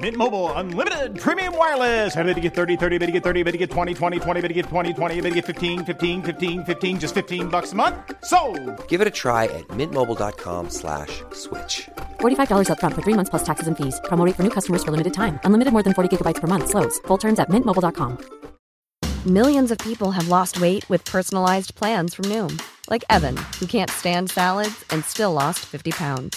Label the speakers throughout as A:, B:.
A: Mint Mobile unlimited premium wireless. Ready to get 30, 30, bit to get 30, bit to get 20, 20, 20, bit to get 20, 20, bit to get 15, 15, 15, 15 just 15 bucks a month. So,
B: Give it a try at mintmobile.com/slash switch.
C: $45 upfront for three months plus taxes and fees. Promo rate for new customers for limited time. Unlimited more than 40 gigabytes per month. Slows. Full terms at mintmobile.com.
D: Millions of people have lost weight with personalized plans from Noom, like Evan, who can't stand salads and still lost 50 pounds.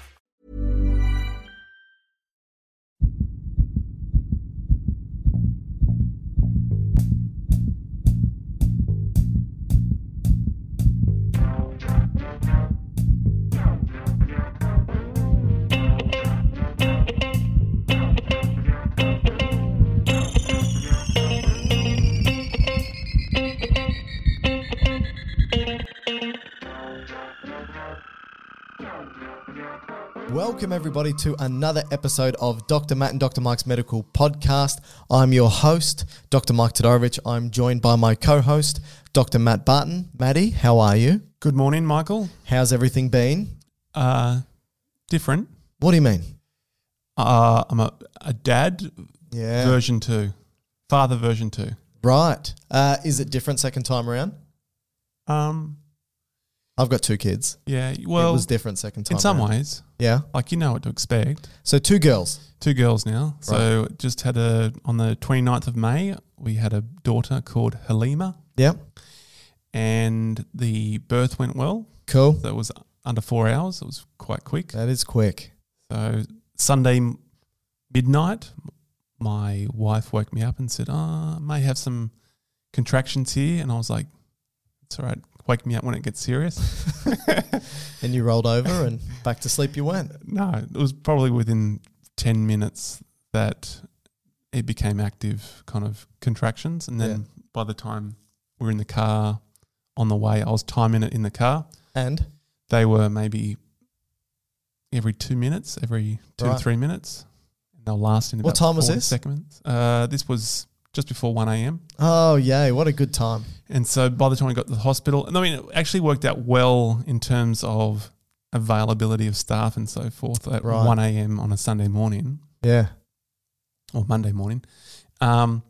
E: Welcome, everybody, to another episode of Dr. Matt and Dr. Mike's Medical Podcast. I'm your host, Dr. Mike Todorovich. I'm joined by my co host, Dr. Matt Barton. Matty, how are you?
F: Good morning, Michael.
E: How's everything been?
F: Uh, different.
E: What do you mean?
F: Uh, I'm a, a dad
E: Yeah.
F: version two, father version two.
E: Right. Uh, is it different second time around?
F: Um,
E: I've got two kids.
F: yeah. Well,
E: it was different second time
F: in some
E: around.
F: ways,
E: Yeah.
F: like you know what to expect.
E: So, two girls.
F: Two girls now. So just had a on the 29th of May, we had a daughter called Halima,
E: Yeah.
F: and the birth went well.
E: Cool.
F: That was under four hours. It was quite quick.
E: That is quick.
F: So Sunday m- midnight, my wife woke me up and said, "Ah, I may have some contractions here," and I was like, "It's all right. Wake me up when it gets serious."
E: And you rolled over and back to sleep you went.
F: no, it was probably within ten minutes that it became active, kind of contractions, and then by the time we were in the car on the way, I was timing it in the car.
E: And
F: They were maybe every two minutes, every two
E: Right.
F: to three minutes. And they'll last in about
E: What time was
F: 40
E: this?
F: Seconds. Uh, this was just before 1 a.m.
E: oh, yay. What a good time.
F: And so by the time we got to the hospital, and I mean, it actually worked out well in terms of availability of staff and so forth at
E: Right.
F: 1 a.m. on a Sunday morning
E: Yeah.
F: or Monday morning. Um,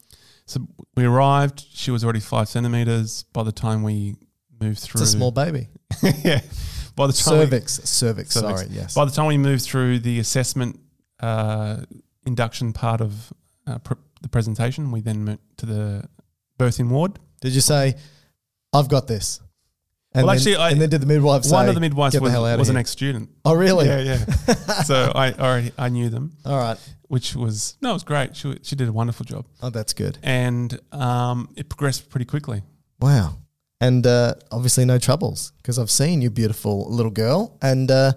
F: so we arrived. She was already five centimeters. By the time we moved through,
E: It's a small baby.
F: yeah. By the time we-
E: cervix, cervix.
F: cervix.
E: Sorry, yes.
F: By the time we move through the assessment uh, induction part of uh, pr- the presentation, we then went to the birthing ward.
E: Did you say, "I've got this"? And
F: Well,
E: then,
F: actually, I-
E: and then did the midwife say,
F: One of the midwives
E: "Get the
F: was,
E: hell out
F: was
E: of
F: an
E: here"?
F: ex student.
E: oh, really?
F: Yeah, yeah. so I already I knew them,
E: All right.
F: which was no, it was great. She wa- she did a wonderful job,
E: Oh, that's good.
F: and um, it progressed pretty quickly.
E: Wow. And uh, obviously, no troubles because I've seen your beautiful little girl, and uh,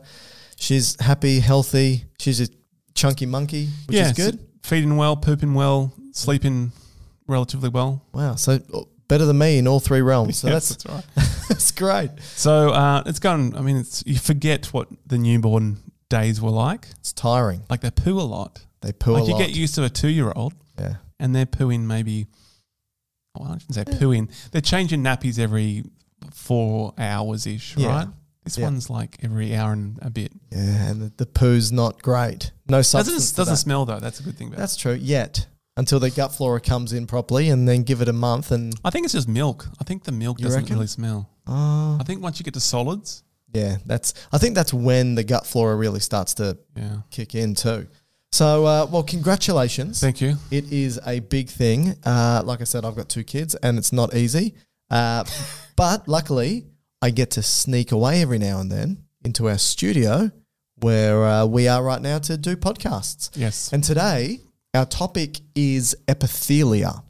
E: she's happy, healthy. She's a chunky monkey, which
F: yeah,
E: is good.
F: so feeding well, pooping well, sleeping relatively well.
E: Wow. So oh, better than me in all three realms. So
F: Yeah,
E: that's
F: all right.
E: that's great.
F: So uh, it's gone. I mean, it's you forget what the newborn days were like.
E: It's tiring.
F: like they poo a lot.
E: They poo
F: like
E: a
F: you
E: lot.
F: get used to a two year old
E: yeah.
F: and they're pooing maybe well, I shouldn't say pooing. They're changing nappies every four hours ish,
E: Yeah.
F: right? This
E: Yeah.
F: one's like every hour and a bit.
E: Yeah, and the, the poo's not great. No substance.
F: Doesn't
E: to
F: doesn't
E: that.
F: smell though. That's a good thing about
E: That's true. Yet, until the gut flora comes in properly, and then give it a month. And
F: I think it's just milk. I think the milk
E: You
F: doesn't
E: reckon? Uh.
F: really smell. I think once you get to solids,
E: yeah, that's I think that's when the gut flora really starts to
F: yeah.
E: kick in too. So, uh, well, congratulations.
F: Thank you.
E: It is a big thing. Uh, like I said, I've got two kids and it's not easy. Uh, but luckily, I get to sneak away every now and then into our studio where uh, we are right now to do podcasts.
F: Yes.
E: And today, our topic is epithelia.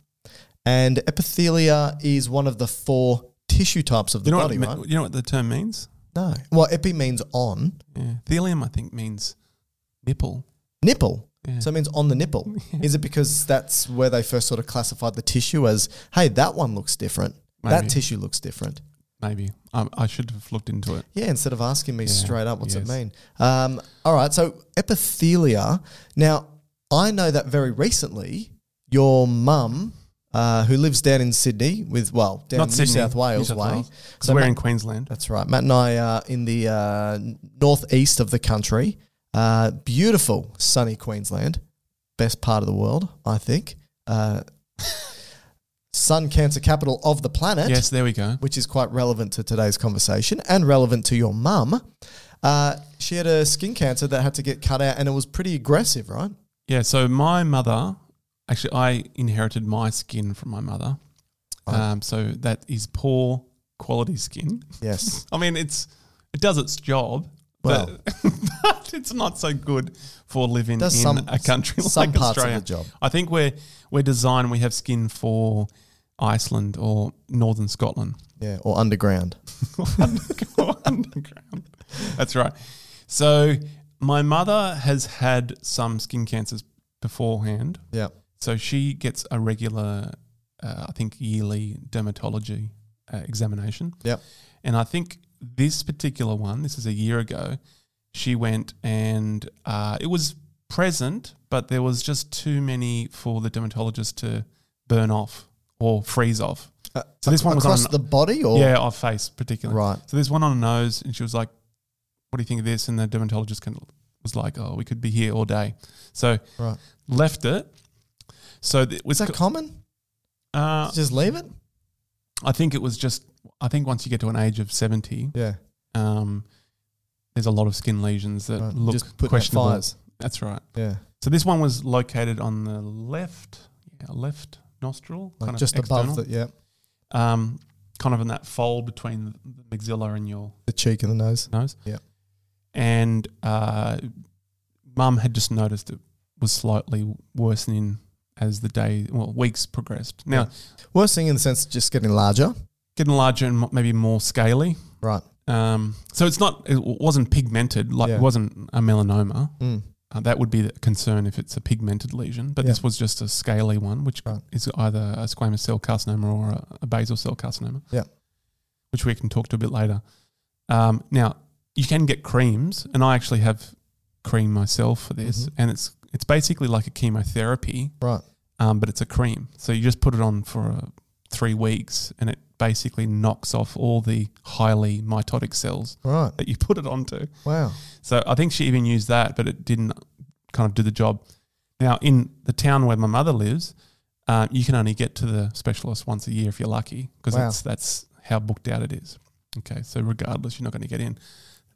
E: And epithelia is one of the four tissue types of the
F: you know
E: body,
F: what? it me-
E: right?
F: You know what the term means?
E: No. Well, epi means on
F: Yeah. Thelium, I think, means nipple.
E: nipple.
F: Yeah.
E: So it means on the nipple. Is it because that's where they first sort of classified the tissue as, hey, that one looks different. That
F: Maybe.
E: tissue looks different.
F: Maybe I, I should have looked into it.
E: Yeah, instead of asking me
F: Yeah,
E: straight up, what's it
F: yes.
E: mean? Um, all right, so epithelia. Now, I know that very recently, your mum, uh, who lives down in Sydney with, well, down
F: Not
E: in New
F: Sydney,
E: South Wales way.
F: So we're
E: Ma-
F: in Queensland.
E: That's right. Matt and I are in the uh, northeast of the country. Uh, beautiful, sunny Queensland. Best part of the world, I think. Uh, sun cancer capital of the planet
F: Yes, there we go.
E: which is quite relevant to today's conversation and relevant to your mum. Uh, she had a skin cancer that had to get cut out, and it was pretty aggressive, right?
F: Yeah. So my mother, actually, I inherited my skin from my mother. Um, so that is poor quality skin.
E: Yes.
F: I mean, it's it does its job,
E: Well,
F: but, but it's not so good for living in
E: Does some-
F: a country
E: some
F: like
E: parts of
F: Australia.
E: the job.
F: I think we're we're designed. We have skin for Iceland or northern Scotland.
E: yeah, or underground.
F: underground. That's right. So my mother has had some skin cancers beforehand.
E: Yeah.
F: So she gets a regular, uh, I think, yearly dermatology uh, examination.
E: Yep.
F: And I think this particular one, this is a year ago, she went and uh, it was present, but there was just too many for the dermatologist to burn off or freeze off. Uh, so this one was
E: across
F: on,
E: the body, or
F: yeah, our face particularly.
E: Oh. Right.
F: So there's one on her nose, and she was like, "What do you think of this?" And the dermatologist kind of was like, "Oh, we could be here all day." So
E: Right.
F: left it. So th- it
E: is
F: was.
E: that
F: co-
E: common?
F: uh,
E: Just leave it.
F: I think it was just. I think once you get to an age of seventy,
E: Yeah.
F: um, there's a lot of skin lesions that
E: Right.
F: look
E: Just putting out
F: questionable.
E: fires.
F: That's right.
E: Yeah.
F: So this one was located on the left, yeah, left nostril,
E: Like
F: kind
E: just
F: of external,
E: above the yeah,
F: um, kind of in that fold between the maxilla and your
E: the cheek and the nose.
F: nose.
E: Yeah.
F: And uh, mum had just noticed it was slightly worsening as the day, well, weeks progressed. Now,
E: Worst thing in the sense, just getting larger.
F: getting larger and mo- maybe more scaly.
E: Right.
F: Um, so it's not, it w- wasn't pigmented, like
E: Yeah.
F: it wasn't a melanoma.
E: Mm.
F: Uh, that would be the concern if it's a pigmented lesion, but
E: Yeah.
F: this was just a scaly one, which
E: Right.
F: is either a squamous cell carcinoma or a, a basal cell carcinoma.
E: Yeah.
F: which we can talk to a bit later. Um, now you can get creams, and I actually have cream myself for this,
E: Mm-hmm.
F: and it's it's basically like a chemotherapy,
E: Right.
F: um, but it's a cream. So you just put it on for uh, three weeks, and it basically knocks off all the highly mitotic cells
E: Right.
F: that you put it onto.
E: Wow.
F: So I think she even used that, but it didn't kind of do the job. Now, in the town where my mother lives, uh, you can only get to the specialist once a year if you're lucky, because
E: Wow.
F: that's, that's how booked out it is. Okay, so regardless, you're not going to get in.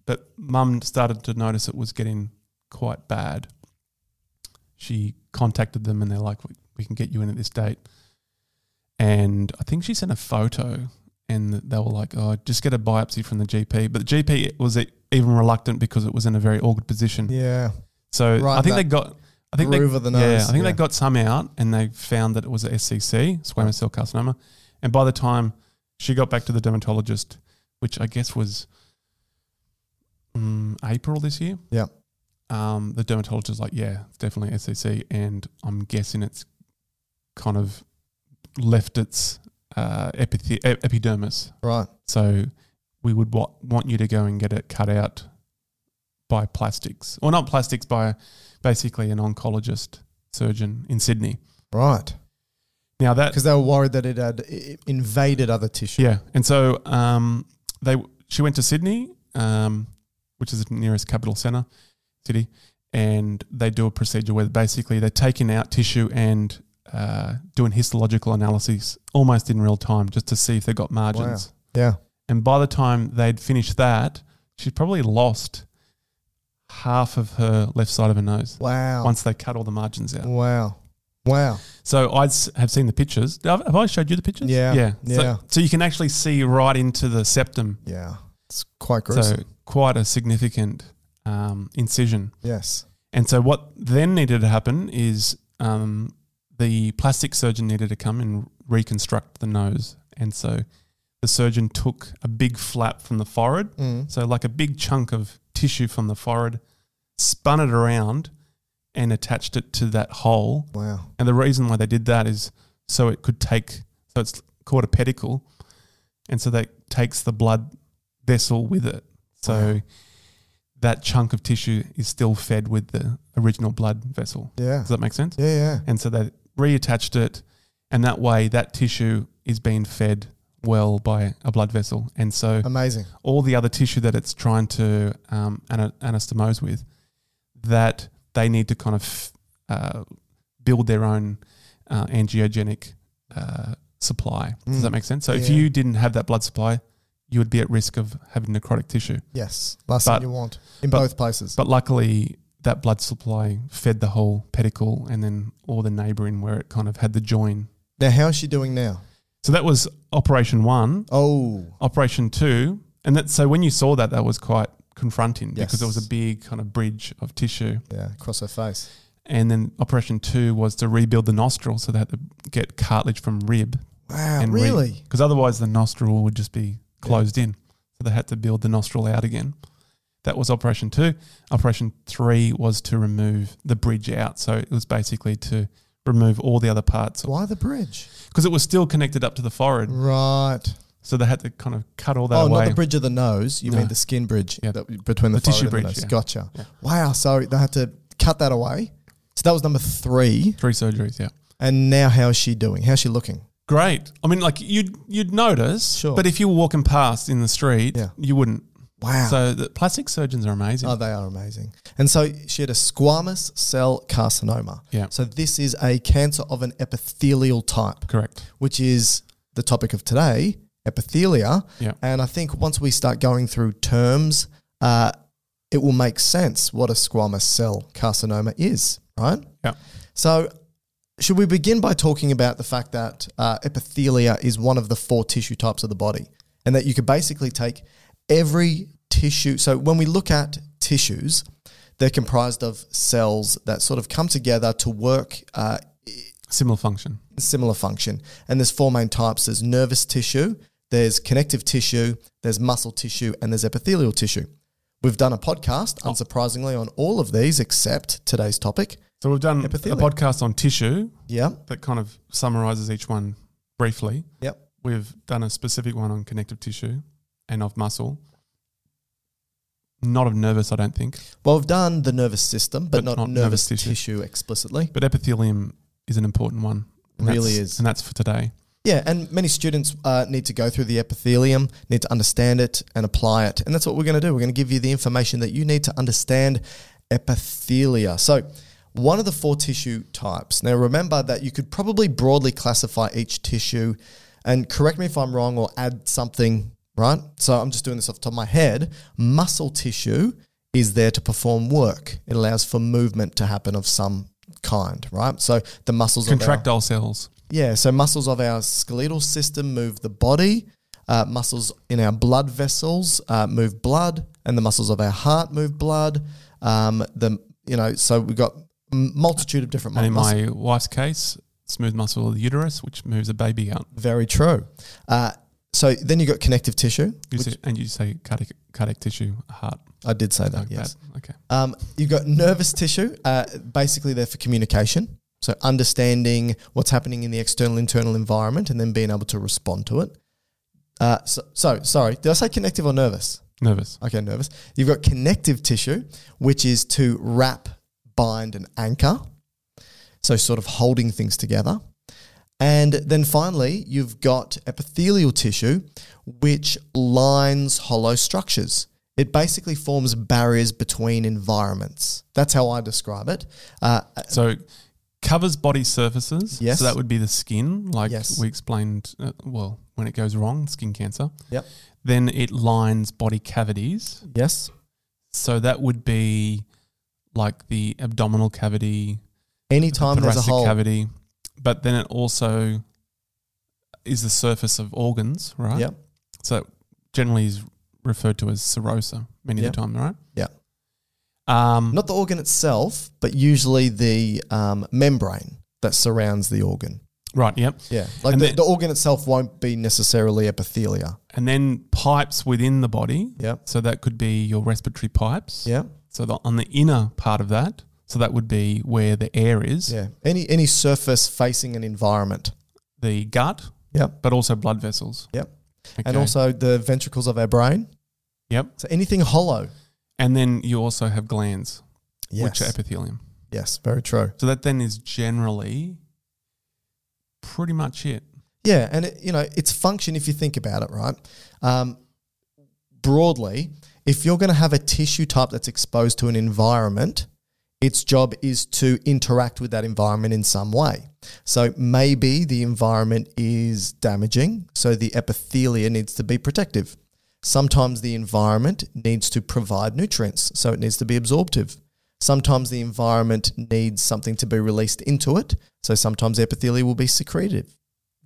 F: But mum started to notice it was getting quite bad. She contacted them and they're like, we, we can get you in at this date. And I think she sent a photo and they were like, oh, just get a biopsy from the GP. But the GP was e, even reluctant because it was in a very awkward position.
E: Yeah.
F: So
E: Right,
F: I think
E: that
F: they got. I think they,
E: groove of the
F: Yeah,
E: nose,
F: I think
E: yeah.
F: they got some out, and they found that it was a SCC, squamous cell carcinoma. And by the time she got back to the dermatologist, which I guess was mm, April this year,
E: Yeah.
F: um, the dermatologist was like, "Yeah, it's definitely SCC," and I'm guessing it's kind of left its uh, epithe- e- epidermis.
E: Right.
F: So we would wa- want you to go and get it cut out by plastics, or not plastics, by basically an oncologist surgeon in Sydney.
E: Right.
F: Now that
E: Because they were worried that it had i- invaded other tissue.
F: yeah, and so um, they she went to Sydney, um, which is the nearest capital centre city, and they do a procedure where basically they're taking out tissue and uh, doing histological analyses almost in real time just to see if they got margins.
E: Yeah.
F: And by the time they'd finished that, she'd probably lost half of her left side of her nose
E: Wow.
F: once they cut all the margins out.
E: Wow. Wow.
F: So I have seen the pictures. Have have I showed you the pictures?
E: Yeah.
F: Yeah.
E: Yeah.
F: So, so you can actually see right into the septum.
E: Yeah. It's quite
F: So
E: gruesome.
F: quite a significant um, incision.
E: yes.
F: And so what then needed to happen is um, the plastic surgeon needed to come and reconstruct the nose. And so the surgeon took a big flap from the forehead, so like a big chunk of tissue from the forehead, spun it around and attached it to that hole.
E: Wow.
F: And the reason why they did that is so it could take, so it's called a pedicle. And so that takes the blood vessel with it. So that chunk of tissue is still fed with the original blood vessel.
E: Yeah.
F: Does that make sense?
E: Yeah. Yeah.
F: And so they reattached it. And that way, that tissue is being fed well by a blood vessel. And so
E: Amazing.
F: all the other tissue that it's trying to um, ana- anastomose with, that they need to kind of f- uh, build their own uh, angiogenic uh, supply. Does that make sense? So if
E: Yeah.
F: you didn't have that blood supply, you would be at risk of having necrotic tissue.
E: Yes. Last
F: But-
E: thing you want in
F: but-
E: both places.
F: But luckily, that blood supply fed the whole pedicle and then all the neighbouring where it kind of had the join.
E: now, how's she doing now?
F: So that was operation one.
E: Oh,
F: Operation Two, and that so when you saw that, that was quite confronting
E: Yes.
F: because it was a big kind of bridge of tissue.
E: yeah. Across her face.
F: And then Operation Two was to rebuild the nostril, so they had to get cartilage from rib.
E: Wow. Ah, really?
F: Because otherwise, the nostril would just be closed in. So they had to build the nostril out again. That was Operation Two. Operation Three was to remove the bridge out. So it was basically to remove all the other parts
E: Why the bridge?
F: because it was still connected up to the forehead.
E: Right.
F: So they had to kind of cut all that
E: Mm. oh,
F: away.
E: not the bridge of the nose. You
F: No.
E: mean the skin bridge
F: Yeah.
E: that- between the,
F: The tissue
E: forehead and
F: bridge,
E: nose.
F: yeah.
E: Gotcha. Wow. So they had to cut that away. So that was number three.
F: Three surgeries, yeah.
E: And now, how's she doing? How's she looking?
F: Great. I mean, like you'd you'd notice,
E: Sure.
F: but if you were walking past in the street,
E: Yeah.
F: you wouldn't.
E: Wow.
F: So the plastic surgeons are amazing.
E: Oh, they are amazing. And so she had a squamous cell carcinoma.
F: Yeah.
E: So this is a cancer of an epithelial type,
F: Correct.
E: which is the topic of today, epithelia.
F: Yeah.
E: And I think once we start going through terms, uh, it will make sense what a squamous cell carcinoma is, right?
F: Yeah.
E: So, should we begin by talking about the fact that uh, epithelia is one of the four tissue types of the body, and that you could basically take every tissue? So, when we look at tissues, they're comprised of cells that sort of come together to work uh,
F: Similar function.
E: similar function. And there's four main types there's nervous tissue, there's connective tissue, there's muscle tissue, and there's epithelial tissue. We've done a podcast, unsurprisingly, on all of these except today's topic.
F: So we've done
E: Epithelia.
F: a podcast on tissue
E: Yeah.
F: that kind of summarizes each one briefly.
E: Yep.
F: We've done a specific one on connective tissue and of muscle. Not of nervous, I don't think.
E: Well, we've done the nervous system, but, not, nervous, tissue.
F: tissue.
E: explicitly.
F: But epithelium is an important one. and
E: Really
F: that's-
E: is.
F: And that's for today.
E: Yeah, and many students uh, need to go through the epithelium, need to understand it and apply it. And that's what we're going to do. We're going to give you the information that you need to understand epithelia. So, one of the four tissue types. Now, remember that you could probably broadly classify each tissue, and correct me if I'm wrong or add something, right? So, I'm just doing this off the top of my head. Muscle tissue is there to perform work, it allows for movement to happen of some kind, right? So, the muscles of our-
F: Contractile cells.
E: yeah, so muscles of our skeletal system move the body, uh, muscles in our blood vessels uh, move blood, and the muscles of our heart move blood. Um, the you know, so we've got m- multitude of different
F: And in
E: muscles.
F: my wife's case, smooth muscle of the uterus, which moves a baby out.
E: Very true. Uh, so then you've got connective tissue.
F: You
E: which-
F: say, and you say cardiac, cardiac tissue, heart.
E: I did say that.
F: Like
E: yes.
F: that. Okay.
E: Um, you've got nervous tissue. Uh, basically, they're for communication. So, understanding what's happening in the external, internal environment and then being able to respond to it. Uh, so, so, sorry, did I say connective or nervous?
F: Nervous.
E: Okay, nervous. You've got connective tissue, which is to wrap, bind, and anchor. So, sort of holding things together. And then finally, you've got epithelial tissue, which lines hollow structures. It basically forms barriers between environments. That's how I describe it. Uh,
F: So covers body surfaces.
E: Yes.
F: So that would be the skin, like
E: Yes.
F: we explained. Uh, well, when it goes wrong, skin cancer.
E: Yep.
F: Then it lines body cavities.
E: Yes.
F: So that would be like the abdominal cavity,
E: Anytime Um, there's a
F: thoracic
E: hole.
F: cavity, but then it also is the surface of organs, right?
E: Yep.
F: So it generally is referred to as serosa many
E: Yep.
F: of the time, right?
E: Yep.
F: Um,
E: Not the organ itself, but usually the um, membrane that surrounds the organ.
F: right. Yep.
E: Yeah. Like
F: And
E: the,
F: then-
E: the organ itself won't be necessarily epithelia.
F: And then pipes within the body.
E: Yep.
F: So that could be your respiratory pipes.
E: Yeah.
F: So the, on the inner part of that, so that would be where the air is,
E: Yeah. Any any surface facing an environment.
F: the gut,
E: Yep.
F: but also blood vessels.
E: Yep. And
F: Okay.
E: also the ventricles of our brain.
F: Yep.
E: So anything hollow.
F: And then you also have glands,
E: Yes.
F: which are epithelium.
E: yes. Very true.
F: So that then is generally pretty much it.
E: Yeah, and it, you know its function, if you think about it, right? Um, broadly, if you're going to have a tissue type that's exposed to an environment, its job is to interact with that environment in some way. So maybe the environment is damaging, so the epithelia needs to be protective. Sometimes the environment needs to provide nutrients, so it needs to be absorptive. Sometimes the environment needs something to be released into it, so sometimes epithelia will be secretive.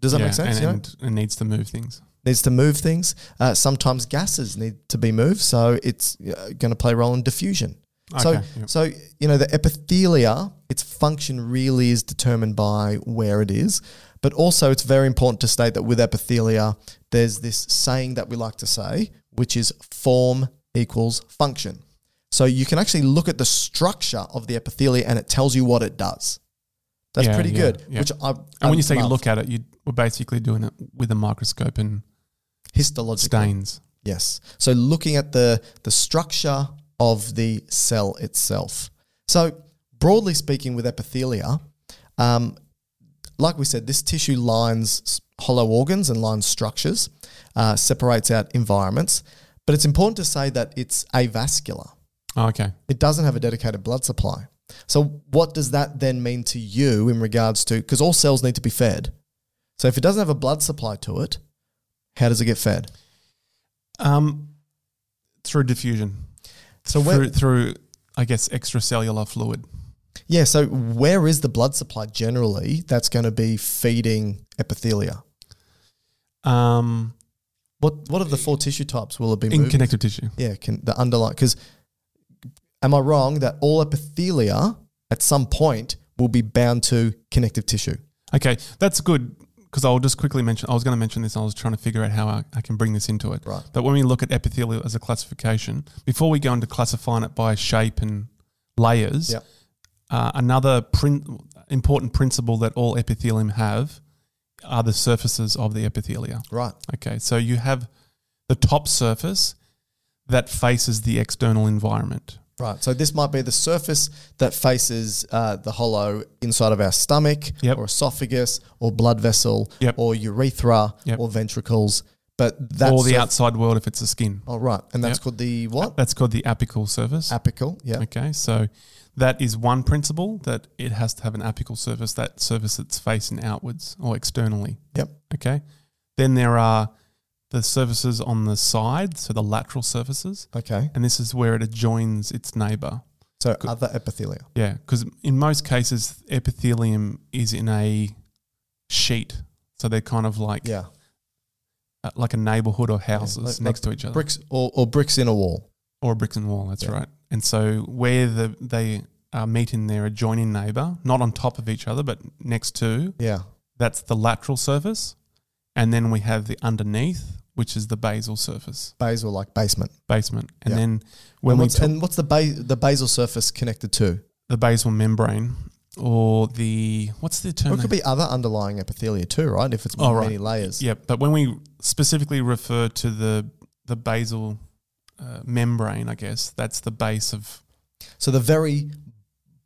E: Does that
F: Yeah,
E: make sense?
F: And,
E: You know?
F: and it needs to move things.
E: needs to move things. Uh, sometimes gases need to be moved, so it's uh, going to play a role in diffusion. So,
F: Okay, yep.
E: so you know the epithelia, its function really is determined by where it is, but also it's very important to state that with epithelia, there's this saying that we like to say, which is form equals function. So you can actually look at the structure of the epithelia, and it tells you what it does. That's
F: Yeah,
E: pretty
F: yeah,
E: good.
F: yeah.
E: Which I
F: And when you say you
E: love.
F: look at it, you we're basically doing it with a microscope and
E: histologically,
F: stains.
E: Yes. So looking at the the structure of the cell itself. So broadly speaking, with epithelia, um, like we said, this tissue lines s- hollow organs and lines structures, uh, separates out environments. But it's important to say that it's avascular.
F: Oh, okay.
E: It doesn't have a dedicated blood supply. So what does that then mean to you in regards to because all cells need to be fed. So if it doesn't have a blood supply to it, how does it get fed?
F: Um, through diffusion.
E: So
F: through,
E: when,
F: through, I guess, extracellular fluid.
E: Yeah, so where is the blood supply generally that's going to be feeding epithelia?
F: Um,
E: What what of the four tissue types will it be?
F: in
E: moving?
F: connective tissue.
E: yeah, can, the underlying because am I wrong that all epithelia at some point will be bound to connective tissue?
F: Okay, that's good because I'll just quickly mention. I was going to mention this. And I was trying to figure out how I, I can bring this into it.
E: Right.
F: But when we look at epithelial as a classification, before we go into classifying it by shape and layers,
E: Yep.
F: uh, another prin- important principle that all epithelium have are the surfaces of the epithelia.
E: Right.
F: Okay, so you have the top surface that faces the external environment.
E: Right. So this might be the surface that faces uh, the hollow inside of our stomach
F: Yep.
E: or esophagus or blood vessel
F: Yep.
E: or urethra
F: Yep.
E: or ventricles, but that's
F: or the
E: surf-
F: outside world if it's the skin.
E: Oh, right. And that's
F: Yep.
E: called the what?
F: That's called the apical surface.
E: Apical. Yeah.
F: Okay, so that is one principle that it has to have an apical surface, that surface that's facing outwards or externally.
E: Yep.
F: Okay, then there are the surfaces on the side, so the lateral surfaces,
E: Okay.
F: and this is where it adjoins its neighbor.
E: So other epithelia.
F: Yeah, because in most cases, epithelium is in a sheet, so they're kind of like
E: Yeah.
F: uh, like a neighborhood or houses
E: like-
F: next
E: like
F: to each other.
E: Bricks or, or bricks in a wall.
F: Or a bricks and wall, that's
E: Yeah.
F: right. And so where the they uh, meet in their adjoining neighbour, not on top of each other, but next to,
E: Yeah.
F: that's the lateral surface. And then we have the underneath, which is the basal surface,
E: Basal like basement.
F: basement. And
E: Yeah.
F: then when
E: and,
F: we
E: what's,
F: talk
E: and what's the ba- the basal surface connected to?
F: the basal membrane or the, what's the term?
E: Or it could
F: they-
E: be other underlying epithelia too, right? If it's
F: Oh, right.
E: many layers.
F: Yeah, but when we specifically refer to the, the basal uh, membrane, I guess, that's the base of,
E: So the very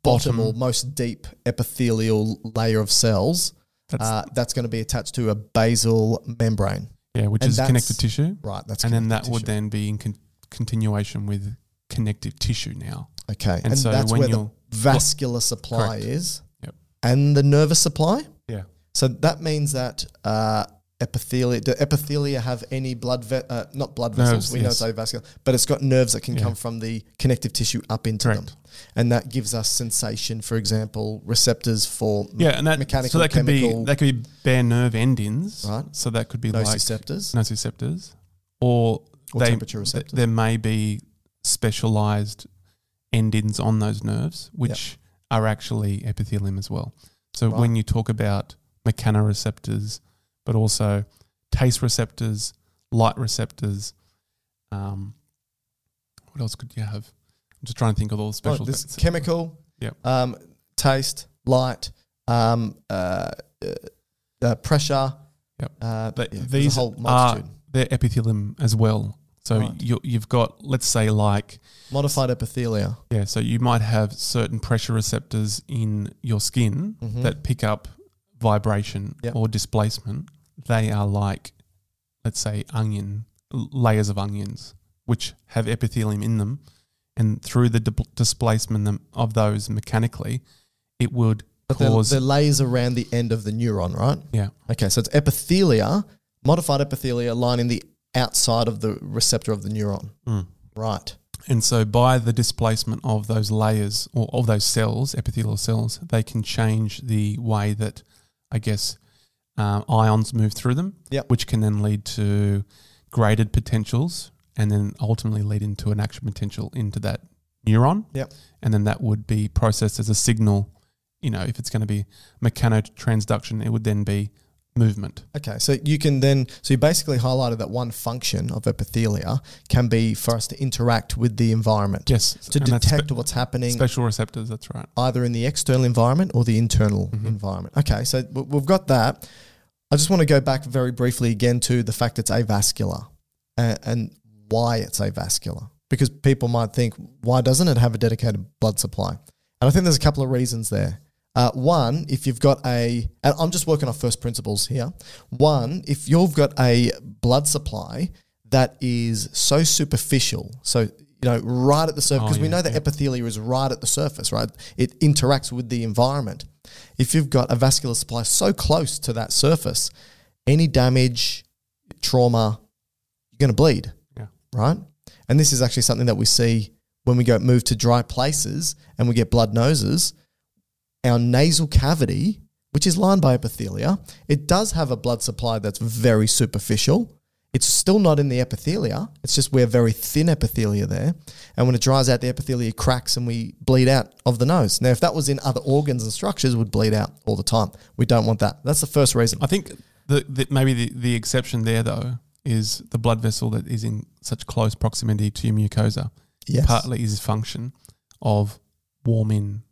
E: bottom,
F: Bottom.
E: or most deep epithelial layer of cells,
F: that's,
E: uh, that's going to be attached to a basal membrane.
F: yeah, which
E: and
F: is
E: that's-
F: connective tissue.
E: Right. That's
F: and then that
E: connective
F: would
E: tissue.
F: then be in con- continuation with connective tissue now.
E: okay. And,
F: and so
E: that's
F: when
E: where the
F: you'll-
E: vascular supply
F: Correct.
E: is.
F: Yep.
E: and the nervous supply.
F: Yeah.
E: So that means that uh, epithelia, do epithelia have any blood, ve- uh, not blood vessels,
F: Nerves,
E: we know
F: yes.
E: it's avascular, but it's got nerves that can
F: Yeah.
E: come from the connective tissue up into them.
F: Correct.
E: And that gives us sensation, for example, receptors for m-
F: Yeah, and that
E: mechanical,
F: so that could be
E: chemical,
F: that could be bare nerve endings,
E: Right.
F: So that could be like
E: nociceptors.
F: nociceptors, or,
E: Or temperature
F: th-
E: receptors.
F: There may be specialized endings on those nerves, which are actually epithelium as well. So
E: Right.
F: when you talk about mechanoreceptors, but also taste receptors, light receptors, um, what else could you have? I'm just trying to think of all the
E: Oh,
F: special
E: this
F: things.
E: chemical,
F: Yep.
E: um, taste, light, um, uh, uh, uh, pressure.
F: Yep.
E: Uh,
F: But
E: yeah, there's
F: these
E: a whole
F: are
E: multitude.
F: their epithelium as well. So
E: Right.
F: you, you've got, let's say, like
E: Modified epithelia.
F: yeah. So you might have certain pressure receptors in your skin
E: Mhm.
F: that pick up vibration
E: Yep.
F: or displacement. They are like, let's say, onion l- layers of onions, which have epithelium in them, and through the di- displacement them- of those mechanically, it would
E: But they're,
F: cause
E: they're layers around the end of the neuron, right?
F: yeah.
E: Okay, so it's epithelia, modified epithelia lining the outside of the receptor of the neuron.
F: Mm.
E: Right.
F: And so, by the displacement of those layers or of those cells, epithelial cells, they can change the way that, I guess, um, ions move through them,
E: Yep.
F: which can then lead to graded potentials and then ultimately lead into an action potential into that neuron.
E: Yep.
F: And then that would be processed as a signal. You know, if it's going to be mechanotransduction, it would then be movement.
E: Okay, so you can then, so you basically highlighted that one function of epithelia can be for us to interact with the environment.
F: Yes.
E: To
F: And that's
E: detect
F: spe-
E: what's happening
F: Special receptors, that's right.
E: either in the external environment or the internal
F: Mm-hmm.
E: environment. Okay, so w- we've got that. I just want to go back very briefly again to the fact it's avascular and, and why it's avascular. Because people might think, why doesn't it have a dedicated blood supply? And I think there's a couple of reasons there. Uh, one, if you've got a, and I'm just working off first principles here. One, if you've got a blood supply that is so superficial, so you know, right at the surface,
F: Oh,
E: because we
F: yeah,
E: know that
F: yeah.
E: epithelia is right at the surface, right? It interacts with the environment. If you've got a vascular supply so close to that surface, any damage, trauma, you're going to bleed
F: Yeah.
E: right? And this is actually something that we see when we go move to dry places and we get blood noses. Our nasal cavity, which is lined by epithelia, it does have a blood supply that's very superficial. It's still not in the epithelia. It's just we're very thin epithelia there. And when it dries out, the epithelia cracks and we bleed out of the nose. Now, if that was in other organs and structures, would bleed out all the time. We don't want that. That's the first reason.
F: I think the, the maybe the, the exception there though is the blood vessel that is in such close proximity to your mucosa.
E: Yes.
F: Partly is a function of warming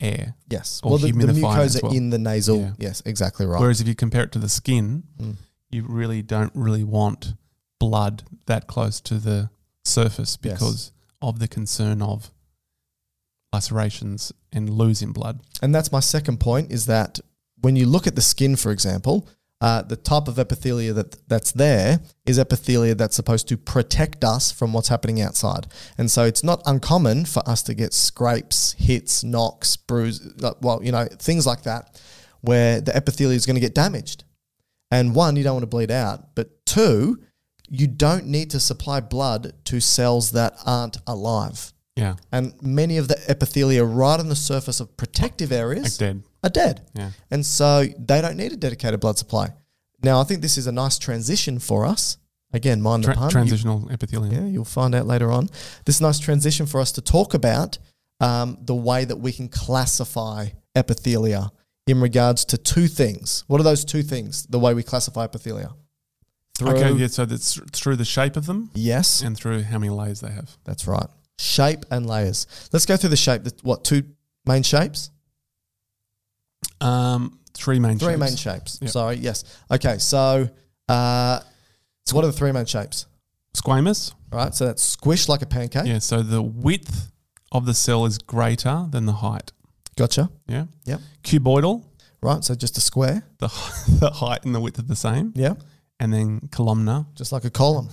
F: air.
E: Yes.
F: Or
E: Well, the, the
F: humidifying as
E: mucosa
F: well.
E: in the nasal.
F: Yeah.
E: Yes, exactly right. Hmm.
F: Whereas if you compare it to the skin, you really don't really want blood that close to the surface
E: Yes.
F: because of the concern of lacerations and losing blood.
E: And that's my second point is that when you look at the skin, for example, uh, the type of epithelia that that's there is epithelia that's supposed to protect us from what's happening outside. And so it's not uncommon for us to get scrapes, hits, knocks, bruises, like, well, you know, things like that, where the epithelia is going to get damaged. And one, you don't want to bleed out, but two, you don't need to supply blood to cells that aren't alive.
F: Yeah.
E: And many of the epithelia right on the surface of protective
F: Like
E: areas
F: dead.
E: are dead.
F: Yeah.
E: And so they don't need a dedicated blood supply. Now, I think this is a nice transition for us. Again, mind
F: Tra-
E: the pun. You-
F: transitional epithelium.
E: yeah, you'll find out later on. This is a nice transition for us to talk about um, the way that we can classify epithelia in regards to two things. What are those two things? The way we classify epithelia. Through,
F: Okay, yeah, so that's through the shape of them
E: Yes,
F: and through how many layers they have.
E: that's right. Shape and layers. Let's go through the shape. The- What two main shapes?
F: Um, three main
E: Three
F: shapes.
E: main shapes.
F: Yeah.
E: Sorry. Yes. Okay. So, uh, so what are the three main shapes?
F: Squamous.
E: Right. So that's squished like a pancake.
F: Yeah. So the width of the cell is greater than the height.
E: Gotcha.
F: Yeah.
E: Yep.
F: Cuboidal.
E: Right. So just a square.
F: The, the height and the width are the same.
E: Yeah.
F: And then columnar.
E: Just like a column.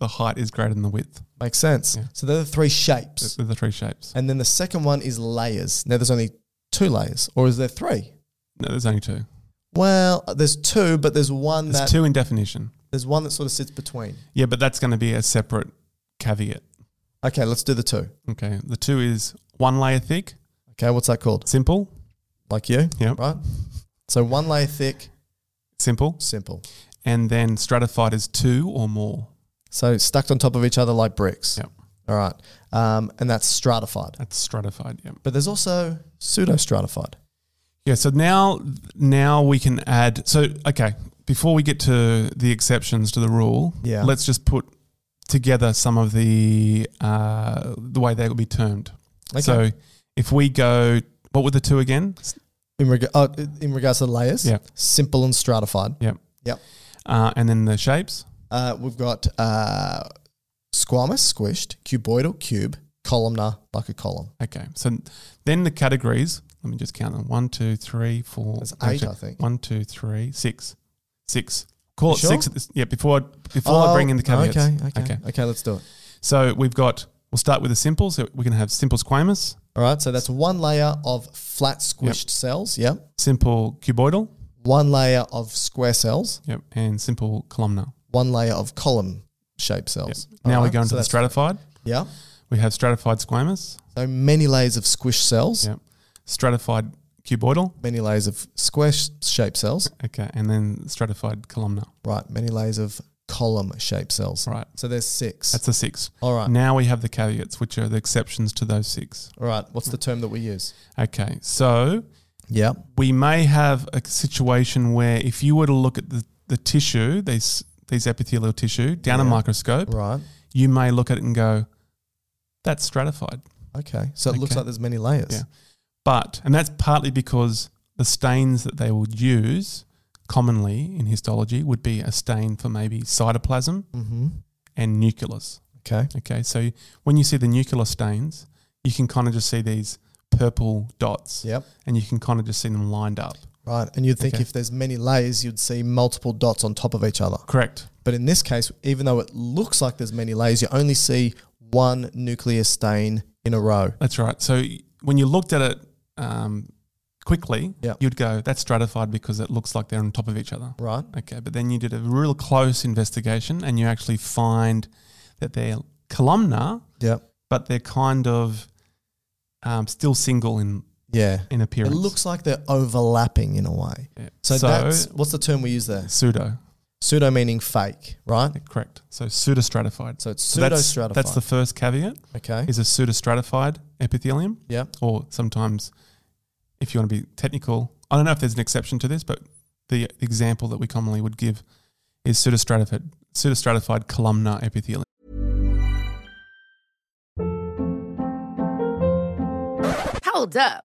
F: the height is greater than the width.
E: Makes sense.
F: Yeah.
E: So they're the three shapes.
F: Those are the three shapes.
E: And then the second one is layers. Now there's only two layers, or is there three?
F: No, there's only two.
E: Well, there's two, but there's one
F: There's
E: that
F: two in definition.
E: there's one that sort of sits between.
F: Yeah, but that's going to be a separate caveat.
E: Okay, let's do the two.
F: Okay. The two is one layer thick,
E: Okay, what's that called?
F: simple,
E: Like you,
F: Yep.
E: right? So one layer thick,
F: simple,
E: simple.
F: and then stratified is two or more.
E: So stacked on top of each other like bricks.
F: Yep.
E: All right, um, and that's stratified.
F: That's stratified. Yep.
E: But there's also pseudo stratified.
F: Yeah, so now now we can add so okay, before we get to the exceptions to the rule,
E: Yeah.
F: let's just put together some of the uh, the way they will be termed.
E: Okay.
F: So if we go what were the two again? S-
E: in, reg- uh, in regards to layers,
F: Yeah.
E: simple and stratified.
F: Yep.
E: Yep.
F: Uh, and then the shapes.
E: Uh, we've got uh, squamous, squished, cuboidal, cube, columnar, like a column.
F: Okay. So then the categories, let me just count them. One, two, three, four.
E: That's eight,
F: actually,
E: I think.
F: One, two, three, six. Six. Call
E: You
F: it
E: sure?
F: six at this yeah, before I before I bring in the caveats.
E: Oh, Okay, okay, okay. let's do it.
F: So we've got, we'll start with the simple. So we're going to have simple squamous,
E: All right, so that's one layer of flat, squished cells. Yep.
F: simple cuboidal,
E: One layer of square cells.
F: yep, and simple columnar.
E: One layer of column shaped
F: Yep.
E: cells. All
F: Now we
E: right,
F: go into
E: so
F: the
E: that's-
F: stratified.
E: Yeah.
F: We have stratified squamous,
E: So many layers of squished cells.
F: yep, stratified cuboidal,
E: Many layers of square sh- shaped cells.
F: okay, and then stratified columnar.
E: Right. Many layers of column shaped cells.
F: Right.
E: So there's six.
F: That's the six.
E: All right.
F: Now we have the caveats, which are the exceptions to those six.
E: All right. What's the term that we use?
F: Okay, so
E: Yeah.
F: we may have a situation where if you were to look at the, the tissue, these these epithelial tissue down a
E: Yeah.
F: microscope,
E: Right.
F: you may look at it and go, that's stratified.
E: Okay. So it looks
F: Okay.
E: like there's many layers.
F: Yeah. But, and that's partly because the stains that they would use commonly in histology would be a stain for maybe cytoplasm
E: Mm-hmm.
F: and nucleus.
E: Okay.
F: Okay. So when you see the nucleus stains, you can kind of just see these purple dots
E: Yep.
F: and you can kind of just see them lined up.
E: Right. And you'd think
F: Okay.
E: if there's many layers, you'd see multiple dots on top of each other.
F: Correct.
E: But in this case, even though it looks like there's many layers, you only see one nuclear stain in a row.
F: That's right. So y- when you looked at it um, quickly,
E: Yeah.
F: you'd go, that's stratified because it looks like they're on top of each other.
E: Right.
F: Okay, but then you did a real close investigation and you actually find that they're columnar,
E: Yep.
F: but they're kind of um, still single in,
E: Yeah.
F: in
E: It
F: appearance.
E: looks like they're overlapping in a way.
F: Yeah.
E: So,
F: So-
E: that's what's the term we use there?
F: pseudo,
E: Pseudo meaning fake, right?
F: correct. So pseudostratified.
E: So it's
F: that's-
E: pseudostratified.
F: That's the first caveat
E: Okay.
F: is a pseudostratified epithelium
E: yeah.
F: or sometimes if you want to be technical, I don't know if there's an exception to this, but the example that we commonly would give is pseudostratified, pseudostratified columnar epithelium.
G: Hold up.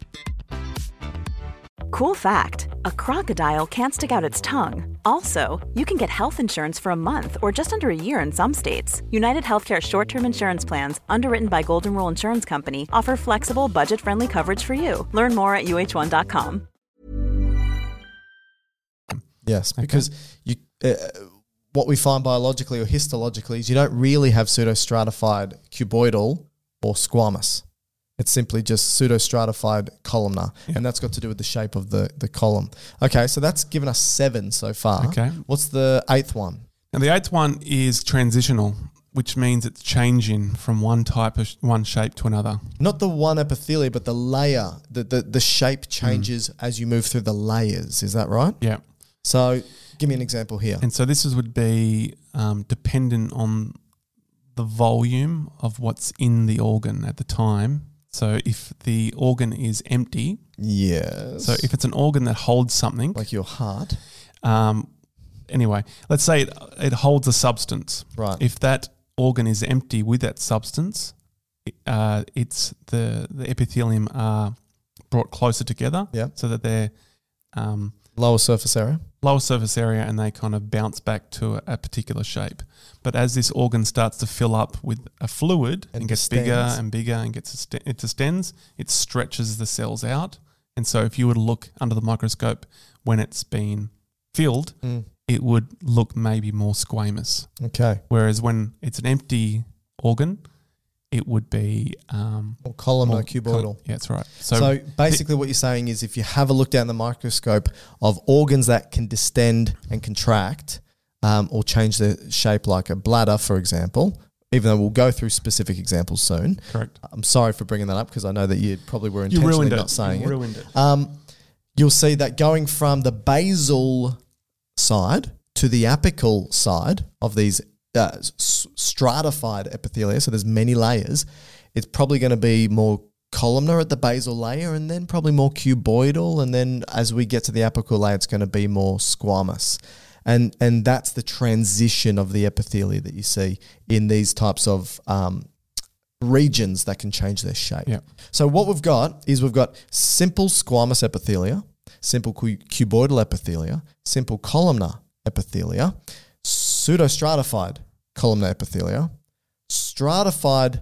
H: Cool fact a crocodile can't stick out its tongue. Also, you can get health insurance for a month or just under a year in some states. United Healthcare short term insurance plans, underwritten by Golden Rule Insurance Company, offer flexible, budget friendly coverage for you. Learn more at uh1.com.
E: Yes, because you uh, what we find biologically or histologically is you don't really have pseudostratified cuboidal or squamous. It's simply just pseudostratified columnar, and that's got to do with the shape of the, the column. Okay, so that's given us seven so far.
F: Okay.
E: what's the eighth one?
F: Now the eighth one is transitional, which means it's changing from one type of sh- one shape to another.
E: Not the one epithelia, but the layer. The the, the shape changes as you move through the layers. Is that right?
F: Yeah,
E: So, give me an example here.
F: and so this is, would be um, dependent on the volume of what's in the organ at the time. So if the organ is empty,
E: yes.
F: so if it's an organ that holds something,
E: like your heart,
F: um, anyway, let's say it, it holds a substance.
E: Right.
F: If that organ is empty with that substance, uh, it's the the epithelium are brought closer together.
E: Yeah.
F: So that they're um,
E: lower surface area.
F: lower surface area and they kind of bounce back to a, a particular shape. But as this organ starts to fill up with a fluid
E: And
F: and, gets bigger
E: distends.
F: and bigger and gets a st- it distends, it stretches the cells out. And so if you were to look under the microscope when it's been filled, it would look maybe more squamous.
E: Okay.
F: Whereas when it's an empty organ, it would be um,
E: Or
F: more
E: columnar
F: col-
E: cuboidal.
F: yeah, that's right. So,
E: So, basically, what you're saying is if you have a look down the microscope of organs that can distend and contract um, or change their shape, like a bladder, for example, even though we'll go through specific examples soon.
F: correct.
E: I'm sorry for bringing that up because I know that you probably were
F: You
E: intentionally
F: ruined it.
E: not saying
F: you
E: it.
F: ruined it.
E: Um, you'll see that going from the basal side to the apical side of these uh, s- stratified epithelia, so there's many layers, it's probably going to be more columnar at the basal layer and then probably more cuboidal. And then as we get to the apical layer, it's going to be more squamous. And, and that's the transition of the epithelia that you see in these types of um, regions that can change their shape.
F: Yeah.
E: So what we've got is we've got simple squamous epithelia, simple cu- cuboidal epithelia, simple columnar epithelia, pseudostratified columnar epithelia, stratified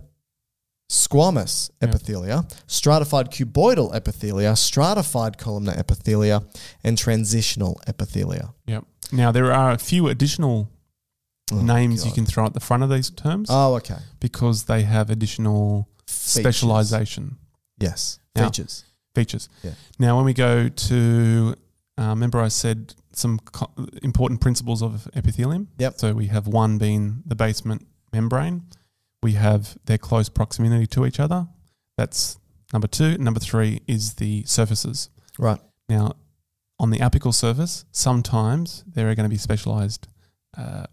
E: squamous
F: Yeah.
E: epithelia, stratified cuboidal epithelia, stratified columnar epithelia, and transitional epithelia.
F: Yep. Now there are a few additional
E: Oh,
F: names you
E: God.
F: can throw at the front of these terms
E: Oh, okay.
F: because they have additional
E: Features.
F: specialization
E: Yes.
F: Now-
E: Features.
F: features.
E: Yeah.
F: Now, when we go to, uh, remember I said some co- important principles of epithelium.
E: Yep.
F: So we have one being the basement membrane. We have their close proximity to each other. That's number two. Number three is the surfaces.
E: Right.
F: Now, on the apical surface, sometimes there are going to be specialized uh,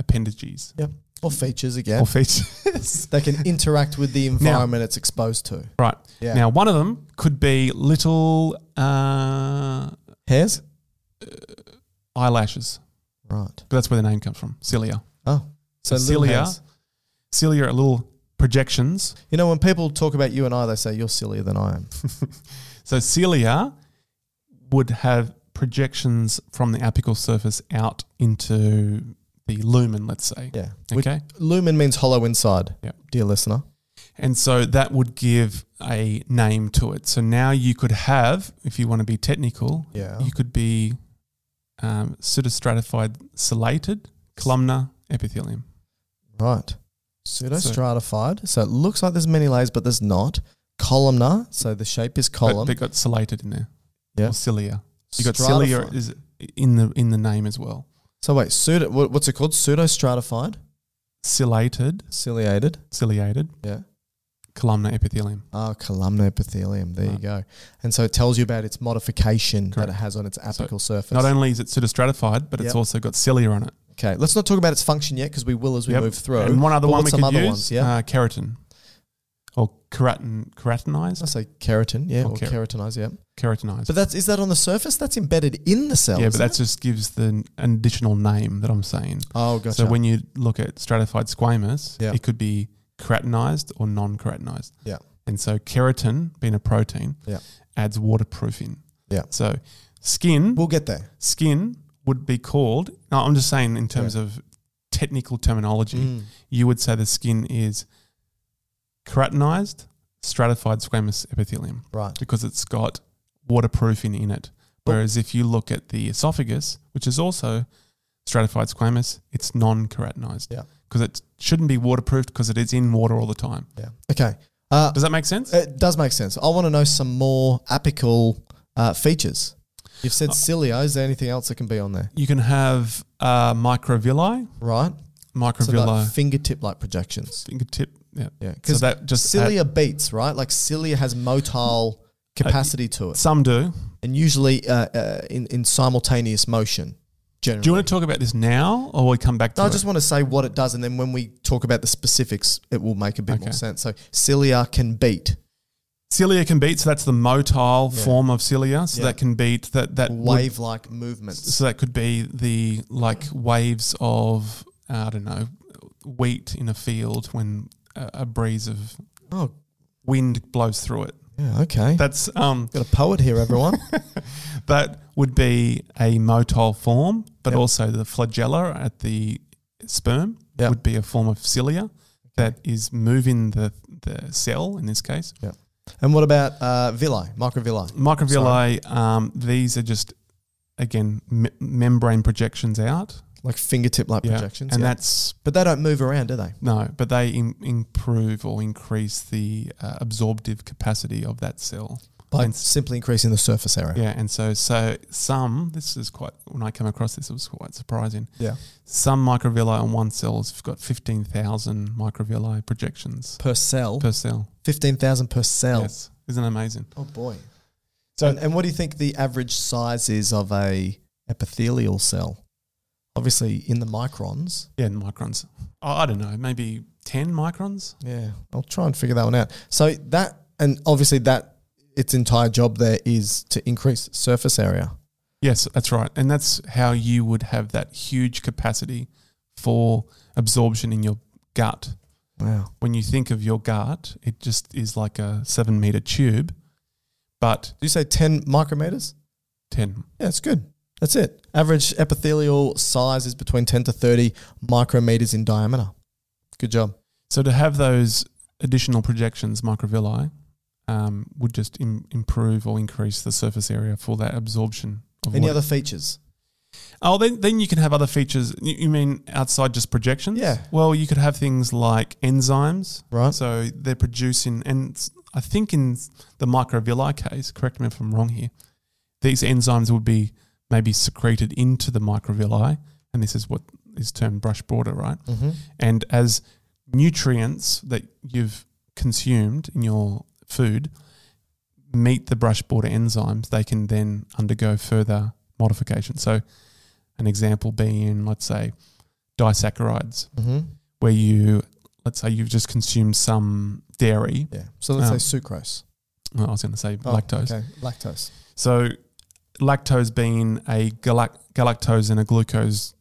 F: appendages
E: Or features again.
F: or features.
E: they can interact with the environment it's exposed to.
F: right.
E: Yeah.
F: Now, one of them could be little uh,
E: Hairs?
F: eyelashes.
E: Right.
F: But that's where the name comes from cilia.
E: Oh.
F: So,
E: little
F: cilia,
E: hairs.
F: cilia are little projections.
E: You know, when people talk about you and I, they say you're sillier than I am.
F: So, cilia would have projections from the apical surface out into the lumen, let's say.
E: Yeah.
F: Okay.
E: Lumen means hollow inside,
F: Yeah.
E: dear listener.
F: And so that would give a name to it. So now you could have, if you want to be technical,
E: Yeah.
F: you could be um, pseudostratified silated columnar epithelium.
E: Right. Pseudostratified. So it looks like there's many layers, but there's not. Columnar. So the shape is
F: But
E: column.
F: they got silated in there.
E: Yeah.
F: Or cilia. You got cilia
E: Stratified.
F: is in the in the name as well.
E: So wait, pseudo, what, what's it called? Pseudostratified,
F: Silated,
E: ciliated.
F: ciliated
E: Yeah.
F: columnar epithelium.
E: Ah, columnar epithelium. There you
F: Right.
E: go. And so it tells you about its modification that
F: Correct.
E: it has on its
F: So
E: apical surface.
F: Not only is it pseudostratified, but
E: Yep.
F: it's also got cilia on it.
E: okay, let's not talk about its function yet because we will as we
F: Yep.
E: move through.
F: And one other
E: But
F: one
E: what's
F: we
E: some
F: could
E: other
F: use,
E: ones? Yeah.
F: uh, keratin or keratin, keratinized.
E: I say keratin, yeah, or,
F: Or ker-
E: keratinized, yeah.
F: keratinized.
E: But that's is that on the surface? That's embedded in the cell.
F: yeah, but
E: isn't
F: that
E: it?
F: just gives the an additional name that I'm saying.
E: oh, gotcha.
F: So when you look at stratified squamous,
E: Yeah.
F: it could be keratinized or non-keratinized.
E: Yeah.
F: And so keratin, being a protein,
E: Yeah.
F: adds waterproofing.
E: Yeah.
F: So skin
E: we'll get there.
F: skin would be called. No, I'm just saying in terms of technical terminology,
E: Mm.
F: you would say the skin is keratinized, stratified squamous epithelium.
E: Right.
F: because it's got waterproofing in it.
E: But-
F: Whereas if you look at the esophagus, which is also stratified squamous, it's non-keratinized.
E: Yeah.
F: Because it shouldn't be waterproofed because it is in water all the time.
E: Yeah. Okay. Uh,
F: Does that make sense?
E: it does make sense. I want to know some more apical uh, features. You've
F: Uh,
E: said cilia. Is there anything else that can be on there?
F: you can have uh, microvilli,
E: Right. So
F: microvilli,
E: like fingertip-like projections.
F: fingertip. Yeah.
E: Yeah.
F: So
E: Because
F: that just uh,
E: cilia beats right. Like cilia has motile capacity to
F: add-
E: it,
F: some do.
E: and usually uh, uh, in in simultaneous motion. Generally.
F: Do you want to talk about this now, or we come back to
E: No, I
F: it?
E: just want to say what it does, and then when we talk about the specifics, it will make a bit more
F: Okay.
E: sense. So cilia can beat
F: cilia can beat, so that's the motile
E: Yeah.
F: form of cilia. So
E: Yeah.
F: that can beat that that would-
E: wave-like movements.
F: So that could be the like waves of uh, I don't know wheat in a field when a, a breeze of
E: oh,
F: wind blows through it.
E: Yeah, okay.
F: That's um,
E: Got a poet here, everyone.
F: that would be a motile form, but
E: Yep.
F: also the flagella at the sperm
E: Yep.
F: would be a form of cilia that is moving the the cell in this case.
E: yeah. And what about uh, villi, microvilli?
F: Microvilli, um, these are just again me- membrane projections out,
E: Like fingertip like
F: Yeah.
E: projections.
F: and
E: yeah.
F: that's
E: But they don't move around, do they?
F: no, but they im improve or increase the uh, absorptive capacity of that cell.
E: By
F: And s-
E: simply increasing the surface area.
F: yeah, and so so some this is quite when I came across this it was quite surprising.
E: Yeah.
F: Some microvilli on one cell has got 15,000 microvilli projections
E: Per cell.
F: per cell.
E: 15,000 per cell.
F: Yes. Isn't that amazing?
E: Oh, boy. So, and, and what do you think the average size is of a epithelial cell? Obviously, in the microns.
F: Yeah, microns. Oh, I don't know, maybe 10 microns?
E: Yeah. I'll try and figure that one out. So, that, and obviously, that its entire job there is to increase surface area.
F: Yes, that's right. And that's how you would have that huge capacity for absorption in your gut.
E: Wow.
F: When you think of your gut, it just is like a seven meter tube, but
E: Do you say 10 micrometers?
F: 10.
E: Yeah, it's good. That's it. Average epithelial size is between 10 to 30 micrometers in diameter. Good job.
F: So to have those additional projections, microvilli, um, would just Im- improve or increase the surface area for that absorption. Of
E: Any
F: what-
E: other features?
F: Oh, then then you can have other features. You, you mean outside just projections?
E: Yeah.
F: Well, you could have things like enzymes.
E: Right.
F: So they're producing, and s- I think in the microvilli case, correct me if I'm wrong here, these enzymes would be maybe secreted into the microvilli, and this is what is termed brush border, right?
E: Mm-hmm.
F: and as nutrients that you've consumed in your food meet the brush border enzymes, they can then undergo further modification. So, an example being, let's say, disaccharides,
E: Mm-hmm.
F: where you, let's say, you've just consumed some dairy.
E: Yeah. So let's
F: Um,
E: say sucrose.
F: Well, I was going to say
E: Oh,
F: lactose.
E: Okay. Lactose.
F: So, lactose being a galac- galactose and a glucose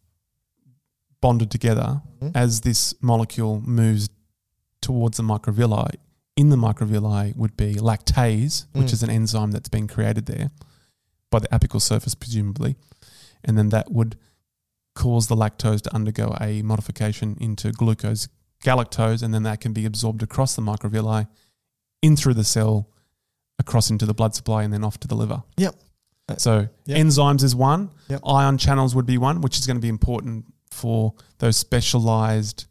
F: bonded together,
E: Mhm.
F: as this molecule moves towards the microvilli, in the microvilli would be lactase, which
E: Mm.
F: is an enzyme that's been created there by the apical surface, presumably. And then that would cause the lactose to undergo a modification into glucose galactose, and then that can be absorbed across the microvilli, in through the cell, across into the blood supply, and then off to the liver.
E: Yep.
F: So
E: Yep.
F: enzymes is one.
E: Yep.
F: Ion channels would be one, which is going to be important for those specialized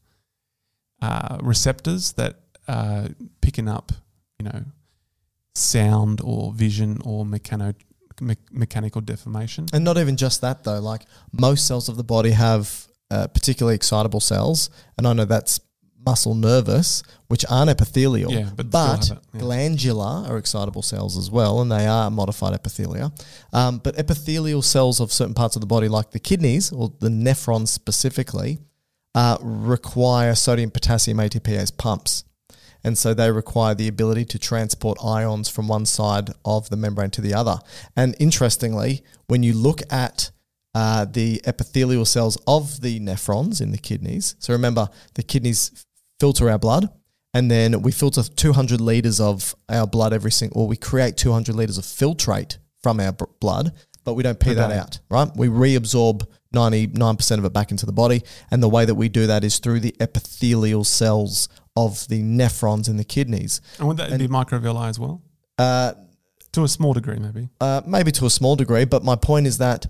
F: uh, receptors that are picking up, you know, sound or vision or mechano, me- mechanical deformation.
E: And not even just that, though. Like most cells of the body have uh, particularly excitable cells. And I know that's muscle nervous, which aren't epithelial.
F: Yeah, but
E: but
F: still have it, yeah.
E: glandular are excitable cells as well, and they are modified epithelia. Um, but epithelial cells of certain parts of the body, like the kidneys or the nephrons specifically, uh, require sodium potassium ATPase pumps. And so they require the ability to transport ions from one side of the membrane to the other. And interestingly, when you look at uh, the epithelial cells of the nephrons in the kidneys, so remember the kidneys filter our blood, and then we filter 200 liters of our blood every single, or we create 200 liters of filtrate from our b- blood, but we don't pee
F: Per
E: that
F: day.
E: out right? We reabsorb 99% of it back into the body. And the way that we do that is through the epithelial cells of the nephrons in the kidneys.
F: And would that
E: and-
F: be microvilli as well?
E: Uh,
F: To a small degree, maybe.
E: uh, maybe to a small degree, but my point is that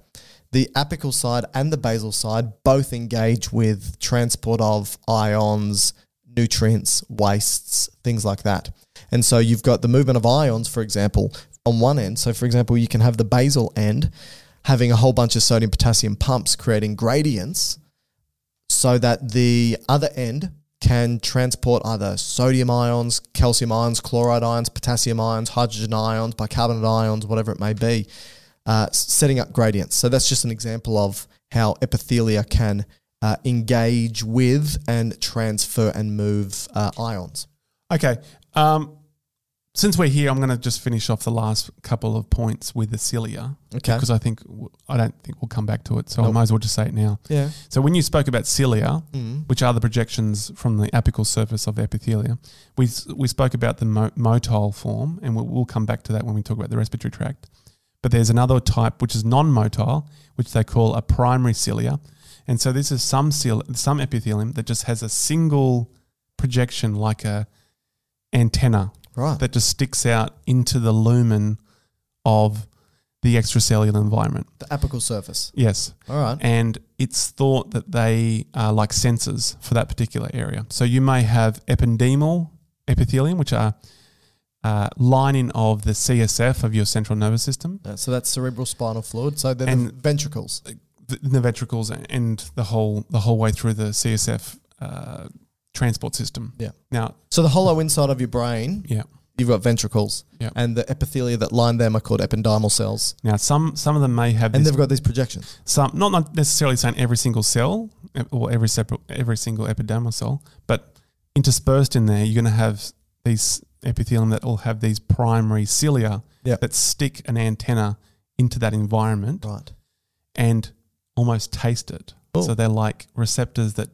E: the apical side and the basal side both engage with transport of ions, nutrients, wastes, things like that. And so you've got the movement of ions, for example, on one end. So, for example, you can have the basal end having a whole bunch of sodium potassium pumps creating gradients so that the other end can transport either sodium ions, calcium ions, chloride ions, potassium ions, hydrogen ions, bicarbonate ions, whatever it may be, uh, s- setting up gradients. So that's just an example of how epithelia can uh, engage with and transfer and move uh, ions.
F: Okay. Um, since we're here, I'm going to just finish off the last couple of points with the cilia.
E: Okay.
F: Because I think w- I don't think we'll come back to it, so I
E: Nope.
F: might as well just say it now.
E: Yeah. Mm.
F: So when you spoke about cilia, which are the projections from the apical surface of the epithelia, we s- we spoke about the mo- motile form, and we'll, we'll come back to that when we talk about the respiratory tract. But there's another type which is non-motile, which they call a primary cilia, and so this is some cil- some epithelium that just has a single projection like a antenna
E: Right.
F: that just sticks out into the lumen of the extracellular environment.
E: the apical surface.
F: Yes.
E: All right.
F: And it's thought that they are like sensors for that particular area. So you may have ependymal epithelium, which are uh, lining of the CSF of your central nervous system,
E: Yeah, Uh, so that's cerebral spinal fluid. So they're the
F: And-
E: ventricles.
F: the, the ventricles, and the whole the whole way through the CSF uh, transport system.
E: Yeah.
F: Now,
E: So the hollow inside of your brain,
F: yeah.
E: you've got ventricles,
F: Yeah.
E: and the epithelia that line them are called ependymal cells,
F: Now, some some of them may have
E: and
F: this
E: they've got these projections.
F: some not, not necessarily saying every single cell eh, or every separate every single epidermal cell, but interspersed in there, you're going to have these epithelium that will have these primary cilia
E: Yeah.
F: that stick an antenna into that environment
E: Right.
F: and almost taste it.
E: Cool.
F: So they're like receptors that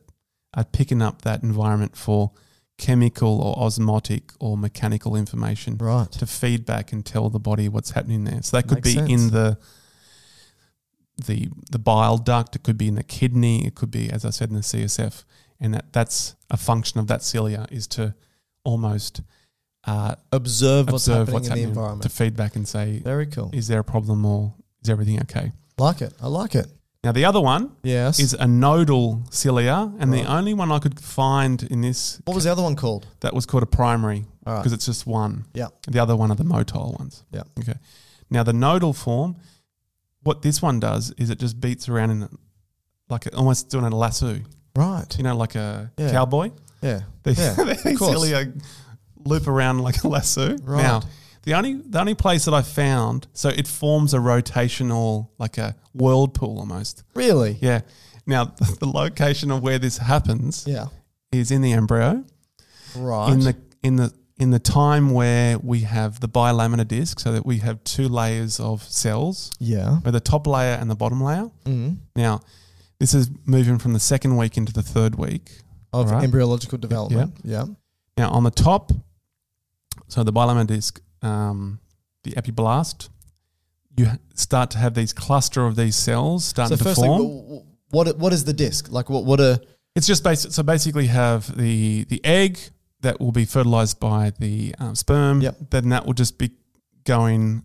F: are picking up that environment for chemical or osmotic or mechanical information
E: Right.
F: to feed back and tell the body what's happening there. So that could
E: Makes
F: be
E: sense.
F: in the the the bile duct, it could be in the kidney, it could be, as I said, in the CSF. And that, that's a function of that cilia is to almost uh,
E: Observe, what's
F: observe
E: happening
F: what's
E: in
F: happening
E: the environment.
F: to feed back and say,
E: Very cool.
F: is there a problem or is everything okay?
E: like it. I like it.
F: Now the other one
E: Yes.
F: is a nodal cilia, and
E: Right.
F: the only one I could find in this
E: what was the other one called?
F: that was called a primary
E: All right.
F: because it's just one.
E: Yeah.
F: The other one are the motile ones.
E: Yeah.
F: Okay. Now the nodal form, what this one does is it just beats around in like a, almost doing a lasso,
E: Right.
F: you know, like a
E: Yeah.
F: cowboy.
E: Yeah.
F: They,
E: yeah.
F: they
E: of course.
F: cilia loop around like a lasso.
E: Right.
F: Now, the only the only place that I found, so it forms a rotational like a whirlpool almost.
E: Really?
F: Yeah. Now, the location of where this happens
E: Yeah.
F: is in the embryo,
E: Right.
F: in the in the in the time where we have the bilaminar disc, so that we have two layers of cells,
E: yeah.
F: where the top layer and the bottom layer.
E: Mm.
F: Now, this is moving from the second week into the third week.
E: Of
F: All right.
E: embryological development. Yeah.
F: Now, on the top, so the bilaminar disc, um, the epiblast, you ha- start to have these cluster of these cells
E: So
F: starting to
E: firstly,
F: form.
E: w- w- what what is the disc? Like what what a
F: It's just basic. So basically, have the the egg that will be fertilized by the um, sperm.
E: Yep.
F: Then that will just be going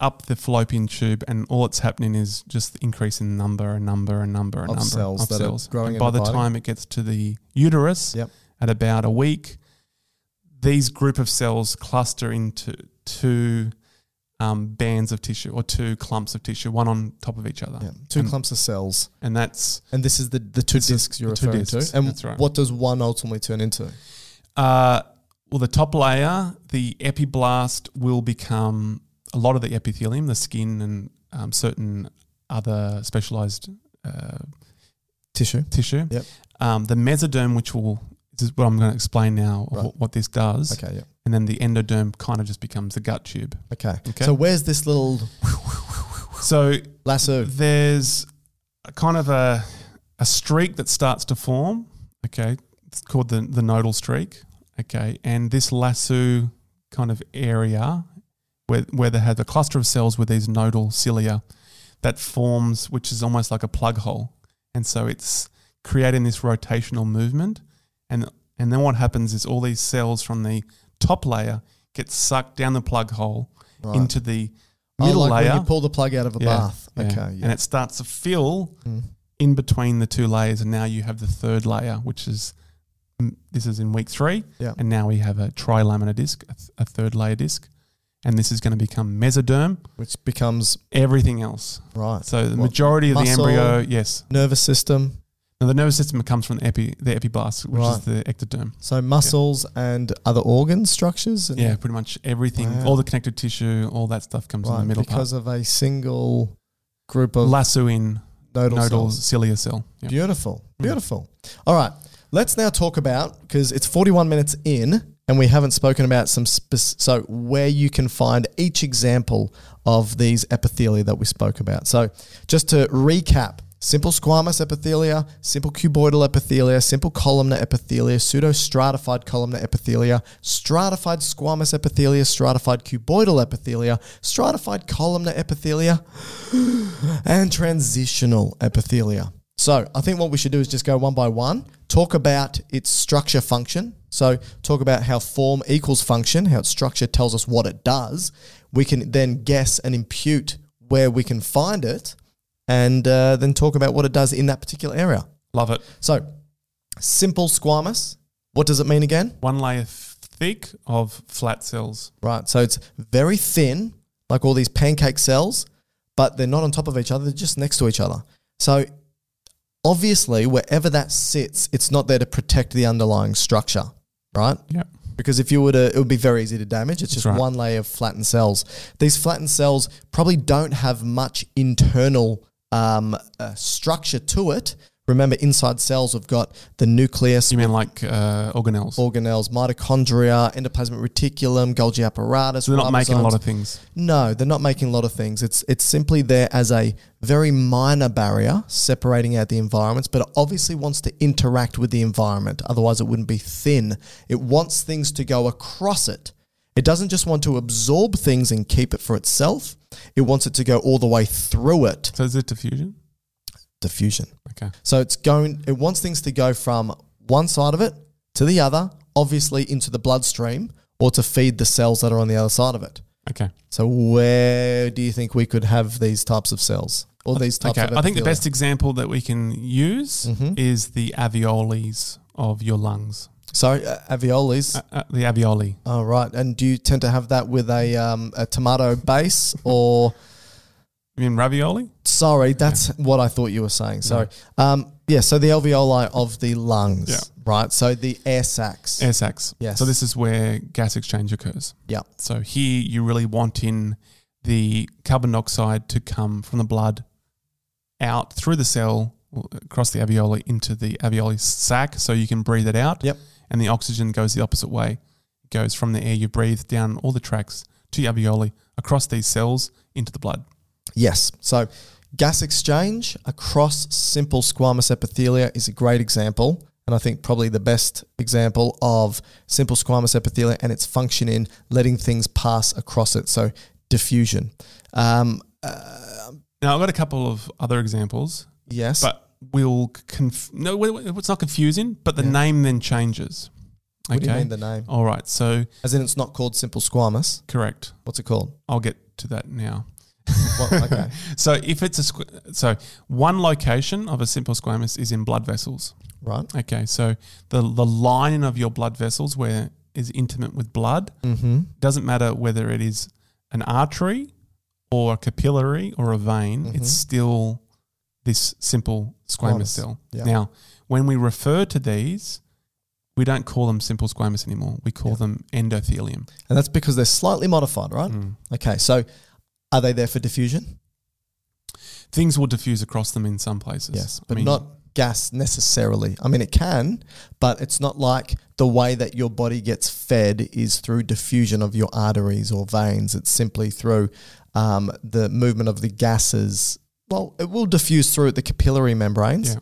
F: up the fallopian tube, and all that's happening is just the increase in number and number and number and
E: Of
F: number
E: cells that are growing
F: and
E: and
F: by the
E: dividing.
F: time it gets to the uterus,
E: Yep.
F: at about a week, these group of cells cluster into two um, bands of tissue or two clumps of tissue, one on top of each other.
E: yeah, two
F: and,
E: clumps of cells,
F: and that's
E: and this is the the two
F: This is
E: discs you're
F: the two
E: referring
F: discs,
E: to. And
F: that's right.
E: what does one ultimately turn into?
F: Uh, well, the top layer, the epiblast will become a lot of the epithelium, the skin, and um, certain other specialized uh,
E: Tissue.
F: tissue.
E: Yep.
F: Um, the mesoderm, which will this is what I'm going to explain now, of
E: Right.
F: what, what this does,
E: Okay. Yeah.
F: and then the endoderm kind of just becomes the gut tube.
E: Okay.
F: Okay.
E: So where's this little
F: So
E: lasso?
F: there's a kind of a a streak that starts to form. Okay, it's called the the nodal streak. Okay, and this lasso kind of area where where they have a cluster of cells with these nodal cilia that forms, which is almost like a plug hole, and so it's creating this rotational movement, and and then what happens is all these cells from the top layer get sucked down the plug hole
E: Right.
F: into the
E: Oh,
F: middle
E: like
F: layer
E: When you pull the plug out of a
F: yeah,
E: bath.
F: yeah.
E: Okay. Yeah. Mm.
F: And it starts to fill in between the two layers, and now you have the third layer, which is mm, this is in week three,
E: Yeah.
F: and now we have a trilaminar disc, a, th- a third layer disc, and this is going to become mesoderm.
E: Which becomes
F: Everything else,
E: right.
F: so the
E: What,
F: majority of
E: muscle?
F: the embryo, yes.
E: nervous system.
F: Now the nervous system comes from the epi, the epiblast, which
E: Right.
F: is the ectoderm.
E: So muscles and other organ structures. And
F: Yeah, pretty much everything,
E: Wow.
F: all the connective tissue, all that stuff comes in
E: Right.
F: the middle
E: Because of a single group of
F: part. Lasso in
E: nodal,
F: nodal,
E: cells.
F: cilia cell. Yeah.
E: Beautiful. Beautiful. All right. Let's now talk about because it's 41 minutes in and we haven't spoken about some spec- so where you can find each example of these epithelia that we spoke about. So just to recap. Simple squamous epithelia, simple cuboidal epithelia, simple columnar epithelia, pseudostratified columnar epithelia, stratified squamous epithelia, stratified cuboidal epithelia, stratified columnar epithelia, and transitional epithelia. So I think what we should do is just go one by one, talk about its structure function. So talk about how form equals function, how its structure tells us what it does. We can then guess and impute where we can find it and uh, then talk about what it does in that particular area.
F: Love it.
E: So simple squamous, what does it mean again?
F: One layer thick of flat cells.
E: Right. So it's very thin, like all these pancake cells, but they're not on top of each other, they're just next to each other. So obviously, wherever that sits, it's not there to protect the underlying structure, right?
F: Yeah.
E: Because if you were to, it would be very easy to damage. It's just
F: right.
E: one layer of flattened cells. These flattened cells probably don't have much internal um, uh, structure to it. Remember, inside cells, we've got the nucleus,
F: You mean like uh, organelles?
E: organelles, mitochondria, endoplasmic reticulum, Golgi apparatus.
F: so they're not making a lot
E: ribosomes.
F: of things.
E: No, they're not making a lot of things. It's it's simply there as a very minor barrier separating out the environments, but it obviously wants to interact with the environment. Otherwise, it wouldn't be thin. It wants things to go across it. It doesn't just want to absorb things and keep it for itself. It wants it to go all the way through it.
F: So is it diffusion?
E: Diffusion.
F: Okay.
E: So it's going. It wants things to go from one side of it to the other, obviously into the bloodstream, or to feed the cells that are on the other side of it.
F: Okay.
E: So where do you think we could have these types of cells or these types
F: Okay.
E: of?
F: I think the
E: epithelia?
F: best example that we can use is the alveoles of your lungs.
E: Sorry, uh, alveoles.
F: Uh, uh, the alveoli.
E: oh right, and do you tend to have that with a um, a tomato base or?
F: You mean ravioli?
E: Sorry, that's what I thought you were saying. Sorry. Um, yeah, so the alveoli of the lungs,
F: Yeah.
E: right? So the air sacs.
F: Air sacs.
E: Yes.
F: So this is where gas exchange occurs.
E: yeah.
F: So here you really want in the carbon dioxide to come from the blood out through the cell across the alveoli into the alveoli sac so you can breathe it out.
E: Yep.
F: And the oxygen goes the opposite way. It goes from the air you breathe down all the tracks to your alveoli across these cells into the blood.
E: Yes. So gas exchange across simple squamous epithelia is a great example. And I think probably the best example of simple squamous epithelia and its function in letting things pass across it. So diffusion. Um,
F: Now I've got a couple of other examples,
E: yes.
F: but we'll conf- no wait, wait, it's not confusing, but the name then changes. Okay.
E: what do you mean the name?
F: All right, so
E: As in, it's not called simple squamous.
F: correct.
E: What's it called?
F: I'll get to that now.
E: Well, okay.
F: So if it's a squ- so one location of a simple squamous is in blood vessels.
E: right.
F: Okay, so the the lining of your blood vessels where is intimate with blood
E: Mm-hmm.
F: doesn't matter whether it is an artery or a capillary or a vein. It's still this simple squamous
E: Mm-hmm. Squamous,
F: cell.
E: yeah.
F: Now, when we refer to these, we don't call them simple squamous anymore. We call them endothelium.
E: And that's because they're slightly modified, right? Okay. So are they there for diffusion?
F: Things will diffuse across them in some places.
E: Yes,
F: I
E: but
F: mean-
E: not gas necessarily. I mean, it can, but it's not like the way that your body gets fed is through diffusion of your arteries or veins. It's simply through um, the movement of the gases. Well, it will diffuse through the capillary membranes,
F: Yeah.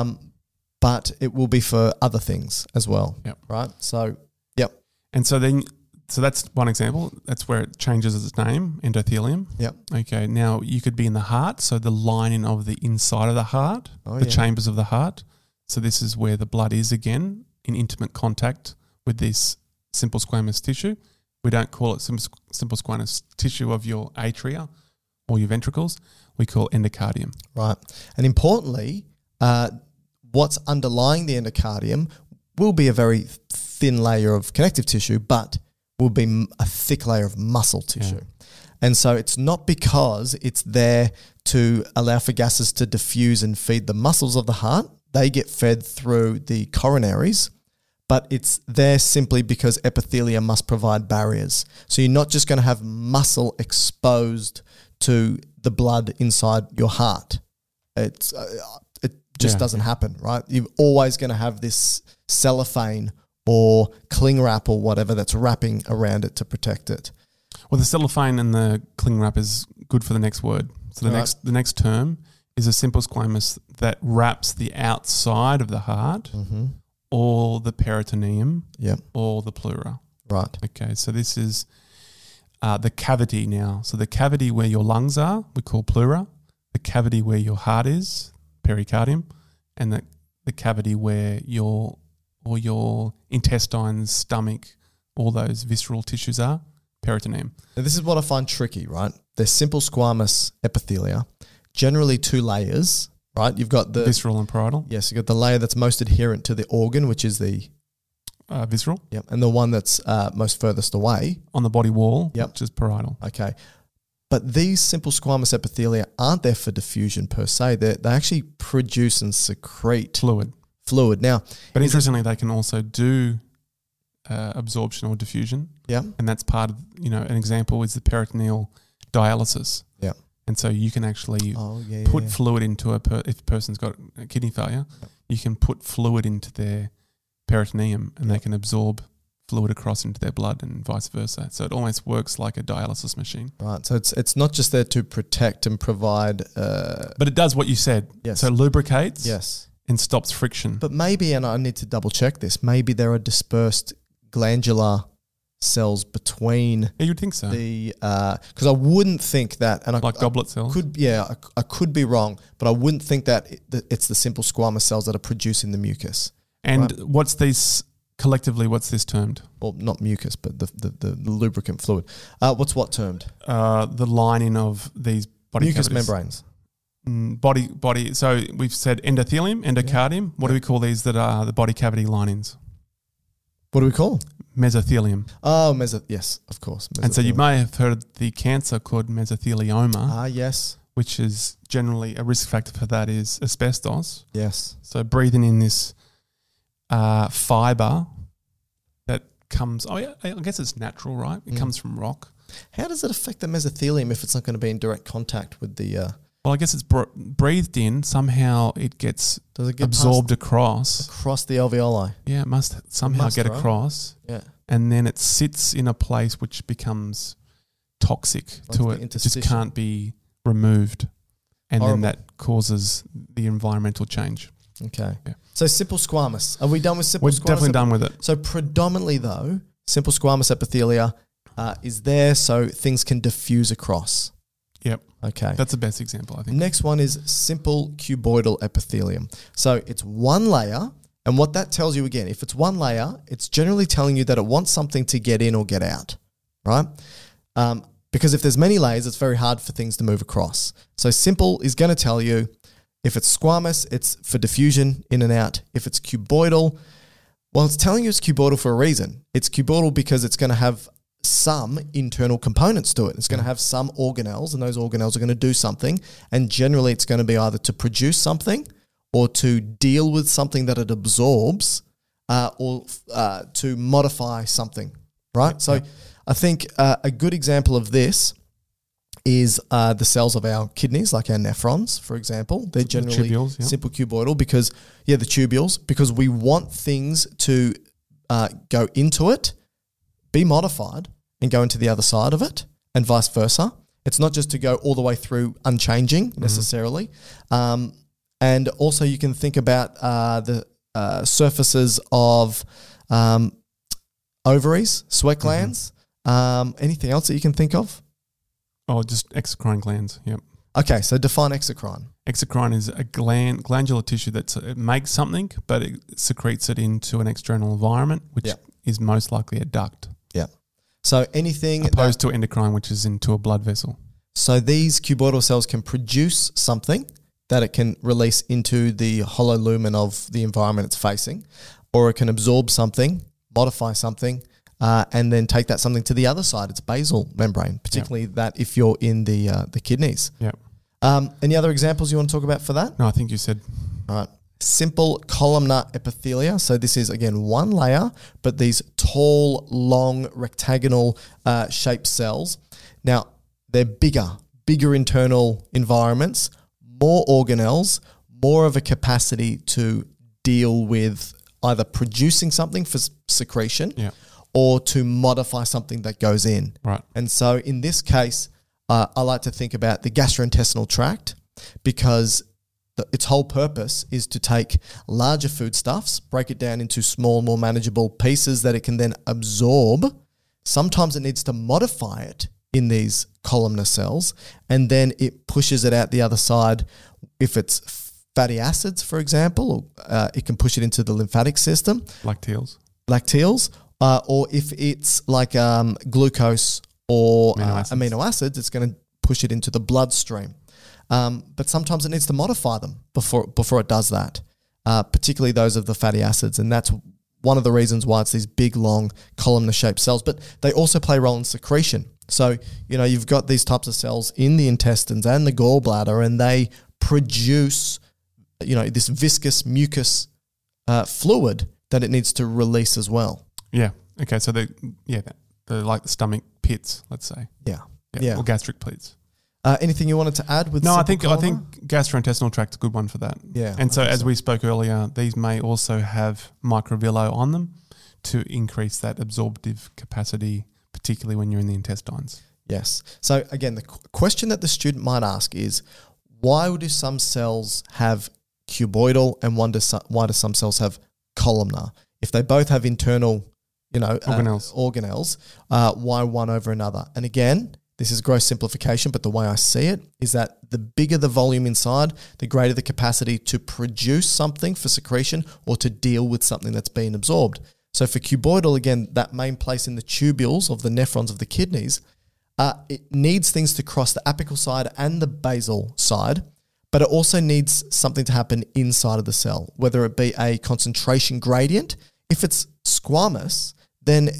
E: um, but it will be for other things as well.
F: Yep.
E: Right. So, yep,
F: And so then, so that's one example. That's where it changes its name, endothelium.
E: yep,
F: Okay, now you could be in the heart, so the lining of the inside of the heart,
E: Oh,
F: the
E: yeah.
F: chambers of the heart. So this is where the blood is again in intimate contact with this simple squamous tissue. We don't call it sim- simple squamous tissue of your atria or your ventricles. We call endocardium.
E: right. And importantly, uh, what's underlying the endocardium will be a very thin layer of connective tissue, but will be m- a thick layer of muscle tissue. And so it's not because it's there to allow for gases to diffuse and feed the muscles of the heart. They get fed through the coronaries, but it's there simply because epithelia must provide barriers. So you're not just going to have muscle exposed to the blood inside your heart. It's uh, it just
F: Yeah.
E: doesn't happen, right? You're always going to have this cellophane or cling wrap or whatever that's wrapping around it to protect it.
F: Well, the cellophane and the cling wrap is good for the next word. So the
E: Right.
F: next the next term is a simple squamous that wraps the outside of the heart or the peritoneum
E: Yep.
F: or the pleura.
E: Right.
F: Okay, so this is uh, the cavity now. So the cavity where your lungs are, we call pleura. The cavity where your heart is, pericardium, and the, the cavity where your or your intestines, stomach, all those visceral tissues are, peritoneum.
E: Now, this is what I find tricky, right? They're simple squamous epithelia, generally two layers, right? You've got the
F: visceral and parietal.
E: Yes, you've got the layer that's most adherent to the organ, which is the
F: Uh, visceral
E: yep, and the one that's uh, most furthest away.
F: on the body wall,
E: Yep.
F: which is parietal.
E: Okay. But these simple squamous epithelia aren't there for diffusion per se. They they actually produce and secrete
F: Fluid.
E: fluid. Now,
F: But
E: is it-
F: interestingly, they can also do uh, absorption or diffusion.
E: yeah,
F: and that's part of you know an example is the peritoneal dialysis
E: yeah,
F: and so you can actually
E: Oh, yeah,
F: put
E: yeah.
F: fluid into a per, if a person's got a kidney failure you can put fluid into their peritoneum and they can absorb fluid across into their blood and vice versa so it almost works like a dialysis machine
E: right. So it's it's not just there to protect and provide. Uh,
F: but it does what you said
E: Yes.
F: so lubricates
E: yes,
F: and stops friction
E: but maybe, and I need to double check this. Maybe there are dispersed glandular cells between
F: yeah, you'd think so
E: the because I wouldn't think that, and I,
F: like
E: I
F: goblet cells
E: could yeah, I, I could be wrong, but I wouldn't think that it, that it's the simple squamous cells that are producing the mucus.
F: and what's these collectively what's this termed
E: Well, not mucus, but the, the, the, the lubricant fluid. Uh, what's what termed?
F: uh, the lining of these body
E: mucus
F: cavities.
E: membranes.
F: Mm, body body so we've said endothelium endocardium what do we call these that are the body cavity linings
E: What do we call? 'em?
F: mesothelium
E: Oh, meso. Yes, of course.
F: and so you
E: mesothelioma.
F: may have heard of the cancer called mesothelioma
E: Ah, yes,
F: which is generally a risk factor for that is asbestos
E: yes,
F: so breathing in this uh, fiber that comes oh yeah, i guess it's natural right
E: Mm.
F: it comes from rock
E: How does it affect the mesothelium if it's not going to be in direct contact with the? Uh,
F: well i guess it's br- breathed in somehow it gets
E: does it get
F: absorbed
E: past-
F: across
E: across the alveoli?
F: yeah it must somehow
E: must,
F: get
E: right?
F: across
E: Yeah.
F: and then it sits in a place which becomes toxic
E: Like
F: to
E: the
F: it. It just
E: interstitium.
F: can't be removed. And
E: Horrible.
F: then that causes the environmental change.
E: Okay.
F: Yeah.
E: So simple squamous. Are we done with simple?
F: We're
E: squamous
F: definitely
E: epi-
F: done with it.
E: So predominantly though, simple squamous epithelia uh, is there so things can diffuse across.
F: Yep.
E: Okay.
F: That's the best example, I think.
E: Next one is simple cuboidal epithelium. So it's one layer, and what that tells you again, if it's one layer, it's generally telling you that it wants something to get in or get out, right? Um, because if there's many layers, it's very hard for things to move across. So simple is going to tell you if it's squamous, it's for diffusion in and out. If it's cuboidal, well, it's telling you it's cuboidal for a reason. It's cuboidal because it's going to have some internal components to it. It's going to have some organelles, and those organelles are going to do something. And generally, it's going to be either to produce something or to deal with something that it absorbs uh, or uh, to modify something, right? So I think uh, a good example of this is uh, the cells of our kidneys, like our nephrons, for example. They're generally
F: tubules, yeah.
E: simple cuboidal because, yeah, the tubules, because we want things to uh, go into it, be modified, and go into the other side of it, and vice versa. It's not just to go all the way through unchanging necessarily. Um, and also, you can think about uh, the uh, surfaces of um, ovaries, sweat glands, um, anything else that you can think of.
F: Oh, just exocrine glands. Yep.
E: Okay, so define exocrine.
F: Exocrine is a gland, glandular tissue that it makes something, but it secretes it into an external environment, which
E: Yeah.
F: is most likely a duct,
E: Yeah. So anything that
F: opposed to endocrine, which is into a blood vessel.
E: So these cuboidal cells can produce something that it can release into the hollow lumen of the environment it's facing, or it can absorb something, modify something, uh, and then take that something to the other side, its basal membrane, particularly that if you're in the uh, the kidneys.
F: Yep.
E: Um, any other examples you want to talk about for that?
F: No, I think you said
E: All right. Simple columnar epithelia. So this is again one layer, but these tall, long, rectagonal uh, shaped cells. Now they're bigger, bigger internal environments, more organelles, more of a capacity to deal with either producing something for s- secretion
F: Yeah.
E: or to modify something that goes in.
F: Right.
E: And so in this case, uh, I like to think about the gastrointestinal tract because the, its whole purpose is to take larger foodstuffs, break it down into small, more manageable pieces that it can then absorb. Sometimes it needs to modify it in these columnar cells, and then it pushes it out the other side. If it's fatty acids, for example, or, uh, it can push it into the lymphatic system
F: like teals,
E: lacteals, uh, or if it's like um, glucose or amino,
F: Amino
E: uh,
F: acids.
E: amino acids, it's going to push it into the bloodstream. Um, but sometimes it needs to modify them before before it does that, uh, particularly those of the fatty acids, and that's one of the reasons why it's these big, long, columnar-shaped cells. But they also play a role in secretion. So you know you've got these types of cells in the intestines and the gallbladder, and they produce you know this viscous mucus uh, fluid that it needs to release as well.
F: yeah. Okay, so the yeah, the like the stomach pits, let's say,
E: Yeah. Yeah.
F: or gastric pits.
E: Uh, anything you wanted to add with
F: No, I
E: simple
F: think I
E: columnar?
F: think gastrointestinal tract's a good one for that.
E: Yeah,
F: And so
E: I think
F: as
E: so.
F: we spoke earlier, these may also have microvilli on them to increase that absorptive capacity, particularly when you're in the intestines.
E: Yes. So again, the qu- question that the student might ask is, why do some cells have cuboidal and one do so- why do some cells have columnar? If they both have internal, you know, uh,
F: Organelles.
E: organelles, uh, why one over another? And again, this is gross simplification, but the way I see it is that the bigger the volume inside, the greater the capacity to produce something for secretion or to deal with something that's being absorbed. So for cuboidal, again, that main place in the tubules of the nephrons of the kidneys, uh, it needs things to cross the apical side and the basal side, but it also needs something to happen inside of the cell, whether it be a concentration gradient. If it's squamous, then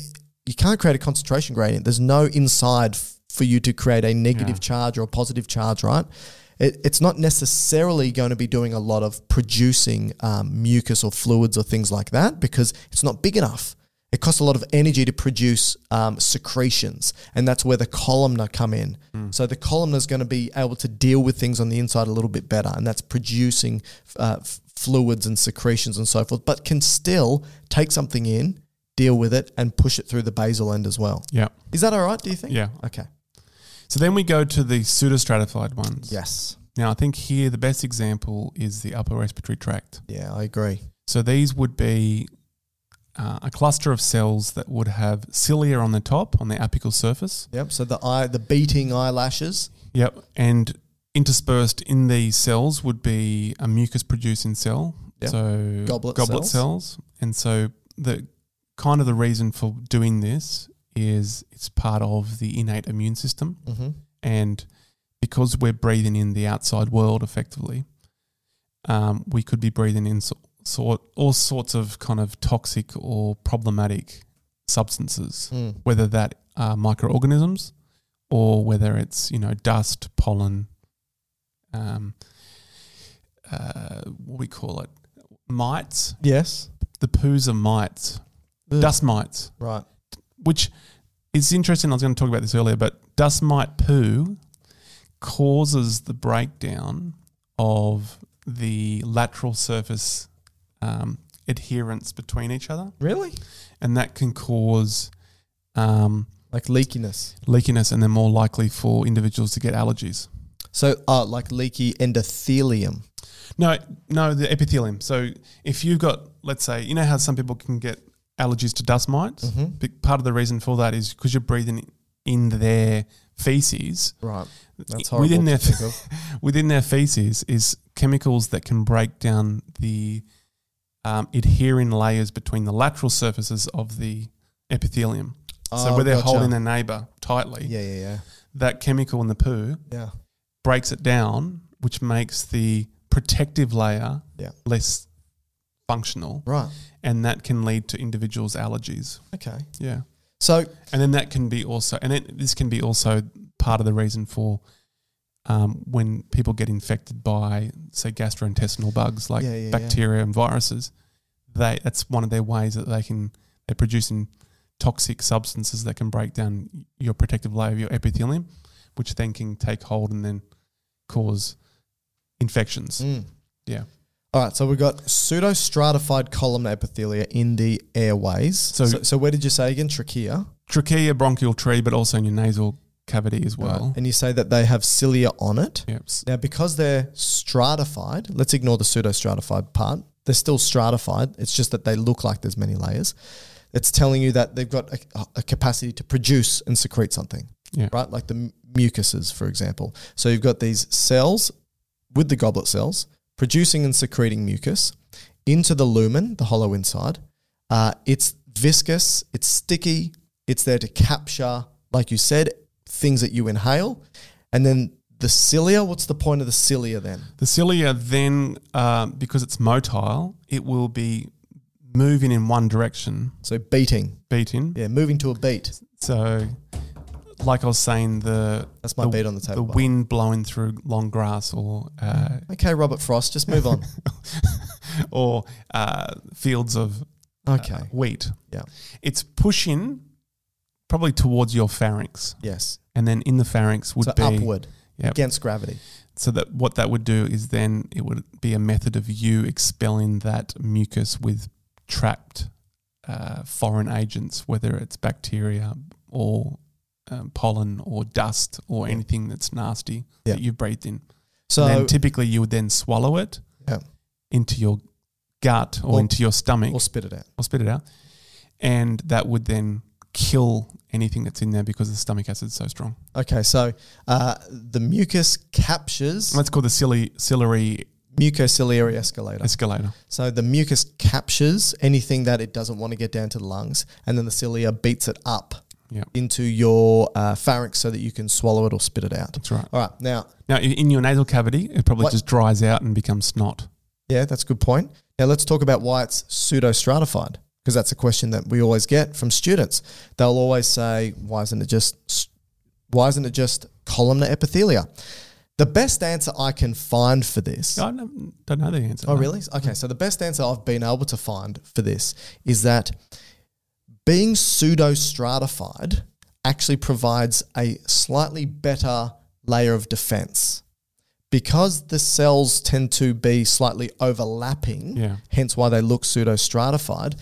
E: you can't create a concentration gradient. There's no inside f- for you to create a negative charge or a positive charge, right? It, it's not necessarily going to be doing a lot of producing um, mucus or fluids or things like that because it's not big enough. It costs a lot of energy to produce um, secretions, and that's where the columnar come in. So the columnar is going to be able to deal with things on the inside a little bit better, and that's producing uh, f- fluids and secretions and so forth. But can still take something in, deal with it, and push it through the basal end as well.
F: Yeah.
E: Is that all right? Do you think?
F: Yeah.
E: Okay.
F: So then we go to the pseudostratified ones.
E: Yes.
F: Now I think here the best example is the upper respiratory tract.
E: Yeah, I agree.
F: So these would be uh, a cluster of cells that would have cilia on the top, on the apical surface.
E: Yep. So the eye, the beating eyelashes.
F: Yep. And interspersed in these cells would be a mucus producing cell.
E: Yep.
F: So
E: Goblet cells.
F: cells. And so the kind of the reason for doing this is it's part of the innate immune system.
E: Mm-hmm.
F: And because we're breathing in the outside world effectively, um, we could be breathing in so, sort, all sorts of kind of toxic or problematic substances,
E: Mm.
F: whether that are microorganisms or whether it's, you know, dust, pollen, um, uh, what do we call it? Mites,
E: Yes.
F: the poos of mites,
E: Ugh.
F: dust mites,
E: Right.
F: which is interesting. I was going to talk about this earlier, but dust mite poo causes the breakdown of the lateral surface um, adherence between each other,
E: Really?
F: and that can cause um,
E: Like leakiness.
F: leakiness, and they're more likely for individuals to get allergies.
E: So, uh, like leaky endothelium.
F: No, no, the epithelium. So if you've got, let's say, you know how some people can get allergies to dust mites.
E: Mm-hmm.
F: Big Part of the reason for that is because you're breathing in their feces.
E: Right. That's
F: I-
E: horrible.
F: within
E: to
F: their
E: think of.
F: within their feces is chemicals that can break down the um, adhering layers between the lateral surfaces of the epithelium. so
E: Oh,
F: where they're
E: gotcha.
F: holding their neighbor tightly,
E: Yeah, yeah, yeah.
F: that chemical in the poo
E: Yeah.
F: breaks it down, which makes the protective layer
E: Yeah.
F: less functional,
E: Right.
F: and that can lead to individuals' allergies.
E: Okay.
F: Yeah,
E: So,
F: and then that can be also, and it, this can be also part of the reason for um, when people get infected by, say, gastrointestinal bugs like
E: Yeah, yeah, yeah.
F: bacteria and viruses. They that's one of their ways that they can they're producing toxic substances that can break down your protective layer of your epithelium, which then can take hold and then cause infections.
E: mm.
F: Yeah.
E: All right, so we've got pseudo stratified columnar epithelia in the airways. So,
F: So-
E: so, where did you say again? Trachea.
F: Trachea, bronchial tree, but also in your nasal cavity as well.
E: And you say that they have cilia on it.
F: Yep. S-
E: Now, because they're stratified, let's ignore the pseudo stratified part. They're still stratified. It's just that they look like there's many layers. It's telling you that they've got a, a capacity to produce and secrete something,
F: Yeah.
E: right? Like the mu- mucuses, for example. So you've got these cells with the goblet cells producing and secreting mucus into the lumen, the hollow inside. Uh, it's viscous, it's sticky, it's there to capture, like you said, things that you inhale. And then the cilia, what's the point of the cilia then?
F: The cilia then, uh, because it's motile, it will be moving in one direction,
E: So beating,
F: beating.
E: yeah, moving to a beat.
F: So, like I was saying, the
E: That's my
F: the,
E: beat on the table,
F: The
E: by the way.
F: wind blowing through long grass or uh,
E: Okay, Robert Frost, just move on.
F: or uh, fields of uh,
E: Okay,
F: wheat.
E: yeah,
F: It's pushing probably towards your pharynx,
E: yes.
F: and then in the pharynx would
E: So
F: be
E: upward
F: Yep.
E: against gravity.
F: So that what that would do is then it would be a method of you expelling that mucus with trapped uh, foreign agents, whether it's bacteria or um, pollen or dust or anything that's nasty
E: Yeah.
F: that you've breathed in.
E: So,
F: and then typically you would then swallow it
E: yeah,
F: into your gut or,
E: Or-
F: into your stomach
E: we'll spit it out.
F: or spit it out, and that would then kill anything that's in there because the stomach acid's so strong.
E: Okay, so uh, the mucus captures
F: Let's call the cili- ciliary
E: mucociliary escalator.
F: escalator.
E: So the mucus captures anything that it doesn't want to get down to the lungs, and then the cilia beats it up
F: Yeah,
E: into your uh, pharynx so that you can swallow it or spit it out.
F: that's right.
E: All right, now,
F: Now, i- in your nasal cavity, it probably
E: What-
F: just dries out and becomes snot.
E: yeah, that's a good point. Now let's talk about why it's pseudo stratified, because that's a question that we always get from students. They'll always say, "Why isn't it just s- why isn't it just columnar epithelia?" The best answer I can find for this.
F: I don't, don't know the answer.
E: Oh,
F: no.
E: really? Okay. So the best answer I've been able to find for this is that being pseudo stratified actually provides a slightly better layer of defense because the cells tend to be slightly overlapping.
F: Yeah.
E: Hence why they look pseudo stratified.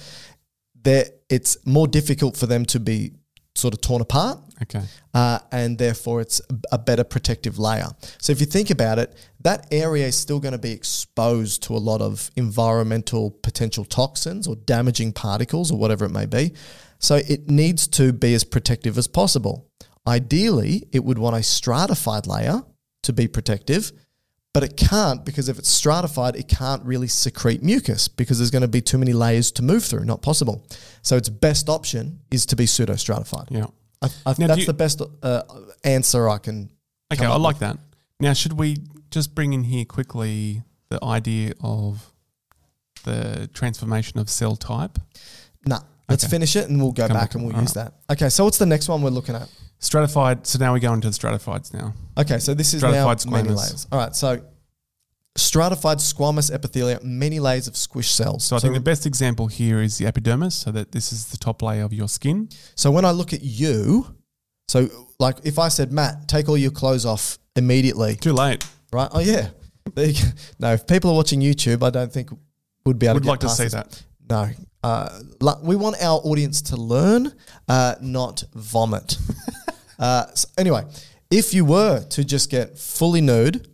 E: There, it's more difficult for them to be sort of torn apart
F: Okay.
E: uh, and therefore it's a better protective layer. So if you think about it, that area is still going to be exposed to a lot of environmental potential toxins or damaging particles or whatever it may be. So it needs to be as protective as possible. Ideally, it would want a stratified layer to be protective, but it can't because if it's stratified, it can't really secrete mucus because there's going to be too many layers to move through, not possible. So its best option is to be pseudo stratified.
F: Yeah.
E: I, I,
F: Now, do
E: that's
F: you-
E: the best uh, answer I can.
F: Okay, I like that. Now, should we just bring in here quickly the idea of the transformation of cell type?
E: Nah, let's
F: Okay.
E: finish it and we'll go
F: Come
E: back
F: back.
E: and we'll
F: All
E: use that. Okay, so what's the next one we're looking at?
F: Stratified. So now we go into the stratifieds now.
E: Okay, so this is now
F: Stratified
E: many
F: squamous.
E: layers. All right, so stratified squamous epithelia, many layers of squish cells.
F: So I think the best example here is the epidermis. So that this is the top layer of your skin.
E: So when I look at you, so like if I said, Matt, take all your clothes off immediately,
F: Too late.
E: right? Oh yeah. There you go. No, if people are watching YouTube, I don't think would be able
F: Would
E: to get
F: like to
E: past
F: see
E: this.
F: that.
E: No. Uh, lu- we want our audience to learn, uh, not vomit. uh, so anyway, if you were to just get fully nude,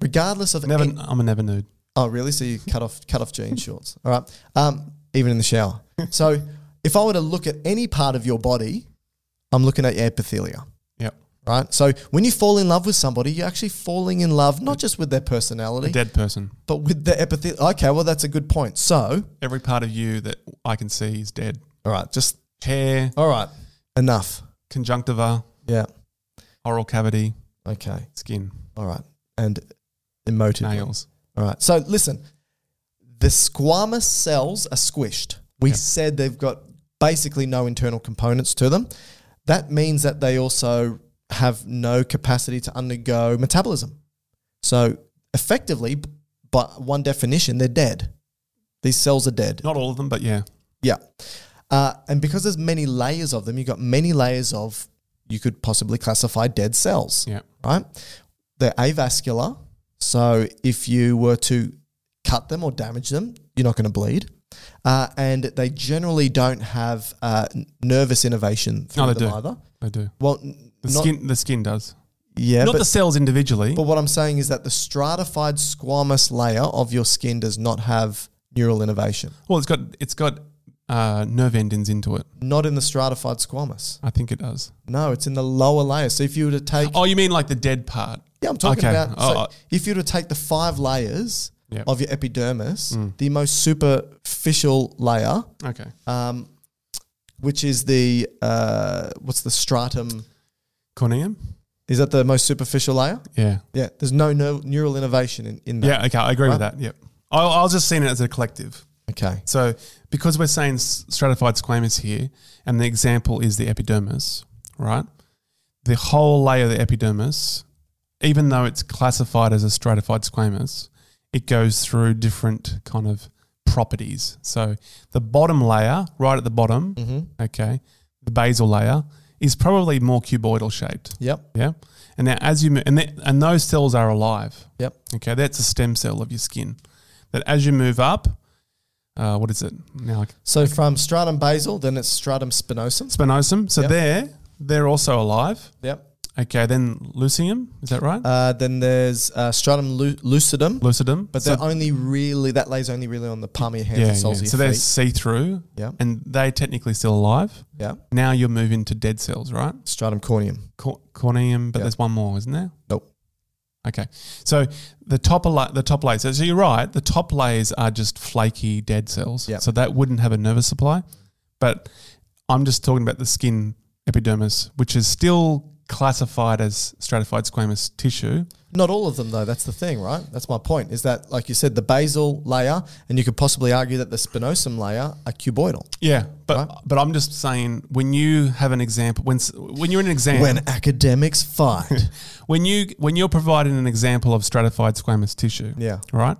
E: regardless of
F: Never.
E: any-
F: I'm a never nude.
E: oh really? So you cut off cut off jean shorts. All right. Um, even in the shower. So if I were to look at any part of your body, I'm looking at your epithelia
F: Yep.
E: right? So when you fall in love with somebody, you're actually falling in love not just with their
F: A
E: personality,
F: dead person.
E: but with their epithet. Okay, well that's a good point. So,
F: Every part of you that I can see is dead.
E: all right, just
F: Hair,
E: all right, enough.
F: conjunctiva,
E: Yeah.
F: oral cavity,
E: Okay.
F: skin,
E: All right. And emotive.
F: nails.
E: All right. So listen, the squamous cells are squished. We
F: Yeah.
E: said they've got basically no internal components to them. That means that they also have no capacity to undergo metabolism. So effectively, b- by one definition, they're dead. These cells are dead.
F: Not all of them, but yeah.
E: Yeah. Uh, and because there's many layers of them, you've got many layers of, you could possibly classify dead cells
F: Yeah.
E: right? They're avascular. So if you were to cut them or damage them, you're not going to bleed. Uh, and they generally don't have uh, n- nervous innervation through
F: No, they
E: them
F: do.
E: either.
F: They do.
E: Well, n-
F: The
E: not,
F: skin, the skin does.
E: yeah,
F: Not
E: but,
F: the cells individually.
E: but what I'm saying is that the stratified squamous layer of your skin does not have neural innervation.
F: well, it's got it's got uh, nerve endings into it.
E: Not in the stratified squamous.
F: I think it does.
E: No, it's in the lower layer. So if you were to take,
F: Oh, you mean like the dead part?
E: yeah, I'm talking
F: okay.
E: about. So
F: Oh, oh,
E: if you were to take the five layers
F: Yep. Mm.
E: of your epidermis, the most superficial layer,
F: okay.
E: um, which is the uh, what's the stratum?
F: Corneum.
E: Is that the most superficial layer?
F: Yeah.
E: Yeah, there's no neur- neural innovation in, in that.
F: Yeah. Okay. I agree with
E: Right.
F: that. Yep. I, I was just seeing it as a collective.
E: Okay.
F: So because we're saying s- stratified squamous here, and the example is the epidermis, right? The whole layer of the epidermis, even though it's classified as a stratified squamous, it goes through different kind of properties. So the bottom layer, right at the bottom, okay, the basal layer is probably more cuboidal shaped.
E: Yep.
F: Yeah. And now as you mo- and that, and those cells are alive.
E: Yep.
F: Okay, that's a stem cell of your skin. That as you move up, uh, what is it now?
E: So from stratum basal, then it's stratum spinosum.
F: Spinosum. So
E: Yep.
F: there, they're also alive.
E: Yep.
F: Okay, then lucium. Is that right?
E: Uh, then there's uh, stratum lu- lucidum,
F: lucidum.
E: but
F: so,
E: they're only really that lays only really on the palm of your hands
F: yeah,
E: and soles
F: yeah.
E: of
F: so
E: your
F: they're
E: feet.
F: see through.
E: Yeah.
F: and they technically still alive.
E: Yeah.
F: Now you're moving to dead cells, right?
E: Stratum corneum.
F: Cor- corneum, but
E: Yeah.
F: there's one more, isn't there?
E: Nope.
F: Okay, so the top la- the top layers. So you're right. The top layers are just flaky dead cells.
E: Yep.
F: So that wouldn't have a nervous supply. But I'm just talking about the skin epidermis, which is still classified as stratified squamous tissue.
E: Not all of them, though. That's the thing, right? That's my point. Is that, like you said, the basal layer, and you could possibly argue that the spinosum layer are cuboidal.
F: Yeah, but
E: Right.
F: but I'm just saying when you have an example when s- when you're in an exam
E: When academics fight,
F: when you when you're providing an example of stratified squamous tissue.
E: Yeah.
F: Right.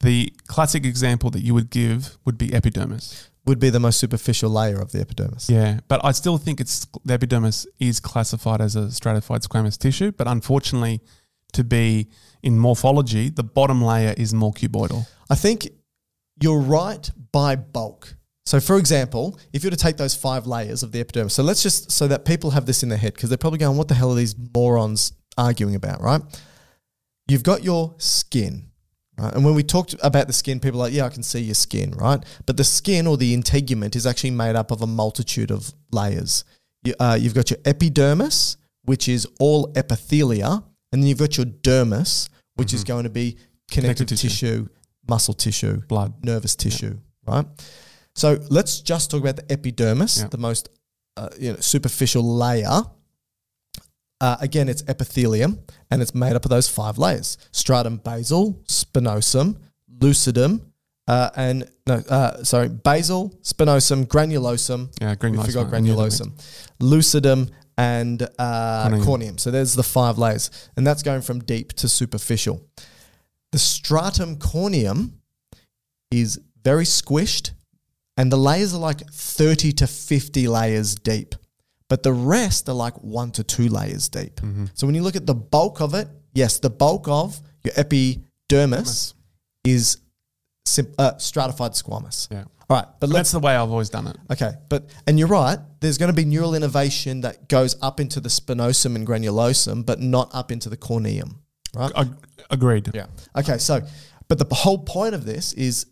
F: The classic example that you would give would be epidermis.
E: would be the most superficial layer of the epidermis.
F: Yeah, but I still think it's the epidermis is classified as a stratified squamous tissue, but unfortunately, to be in morphology, the bottom layer is more cuboidal.
E: I think you're right by bulk. So, for example, if you were to take those five layers of the epidermis, so let's just so that people have this in their head because they're probably going, "What the hell are these morons arguing about?" Right? You've got your skin, right? And when we talked about the skin, people are like, "Yeah, I can see your skin," right? But the skin or the integument is actually made up of a multitude of layers. You, uh, you've got your epidermis, which is all epithelia, and then you've got your dermis, which is going to be connective,
F: Mm-hmm. Connective tissue.
E: tissue, muscle tissue,
F: Blood.
E: nervous tissue, right? So let's just talk about the epidermis,
F: Yeah.
E: the most uh, you know, superficial layer. Uh, again, it's epithelium, and it's made up of those five layers: stratum basal, spinosum, lucidum, uh, and no, uh, sorry, basal, spinosum, granulosum.
F: Yeah, granulosum,
E: We forgot
F: I knew that meant-
E: granulosum, lucidum, and uh,
F: Corneum.
E: corneum. So there's the five layers, and that's going from deep to superficial. The stratum corneum is very squished, and the layers are like 30 to 50 layers deep, but the rest are like one to two layers deep.
F: Mm-hmm.
E: So when you look at the bulk of it, yes, the bulk of your epidermis is sim- uh, stratified squamous.
F: Yeah.
E: All right, but let's
F: That's the way I've always done it.
E: Okay, but and you're right. There's going to be neural innovation that goes up into the spinosum and granulosum, but not up into the corneum.
F: Ag- agreed.
E: Yeah. Okay, so but the whole point of this is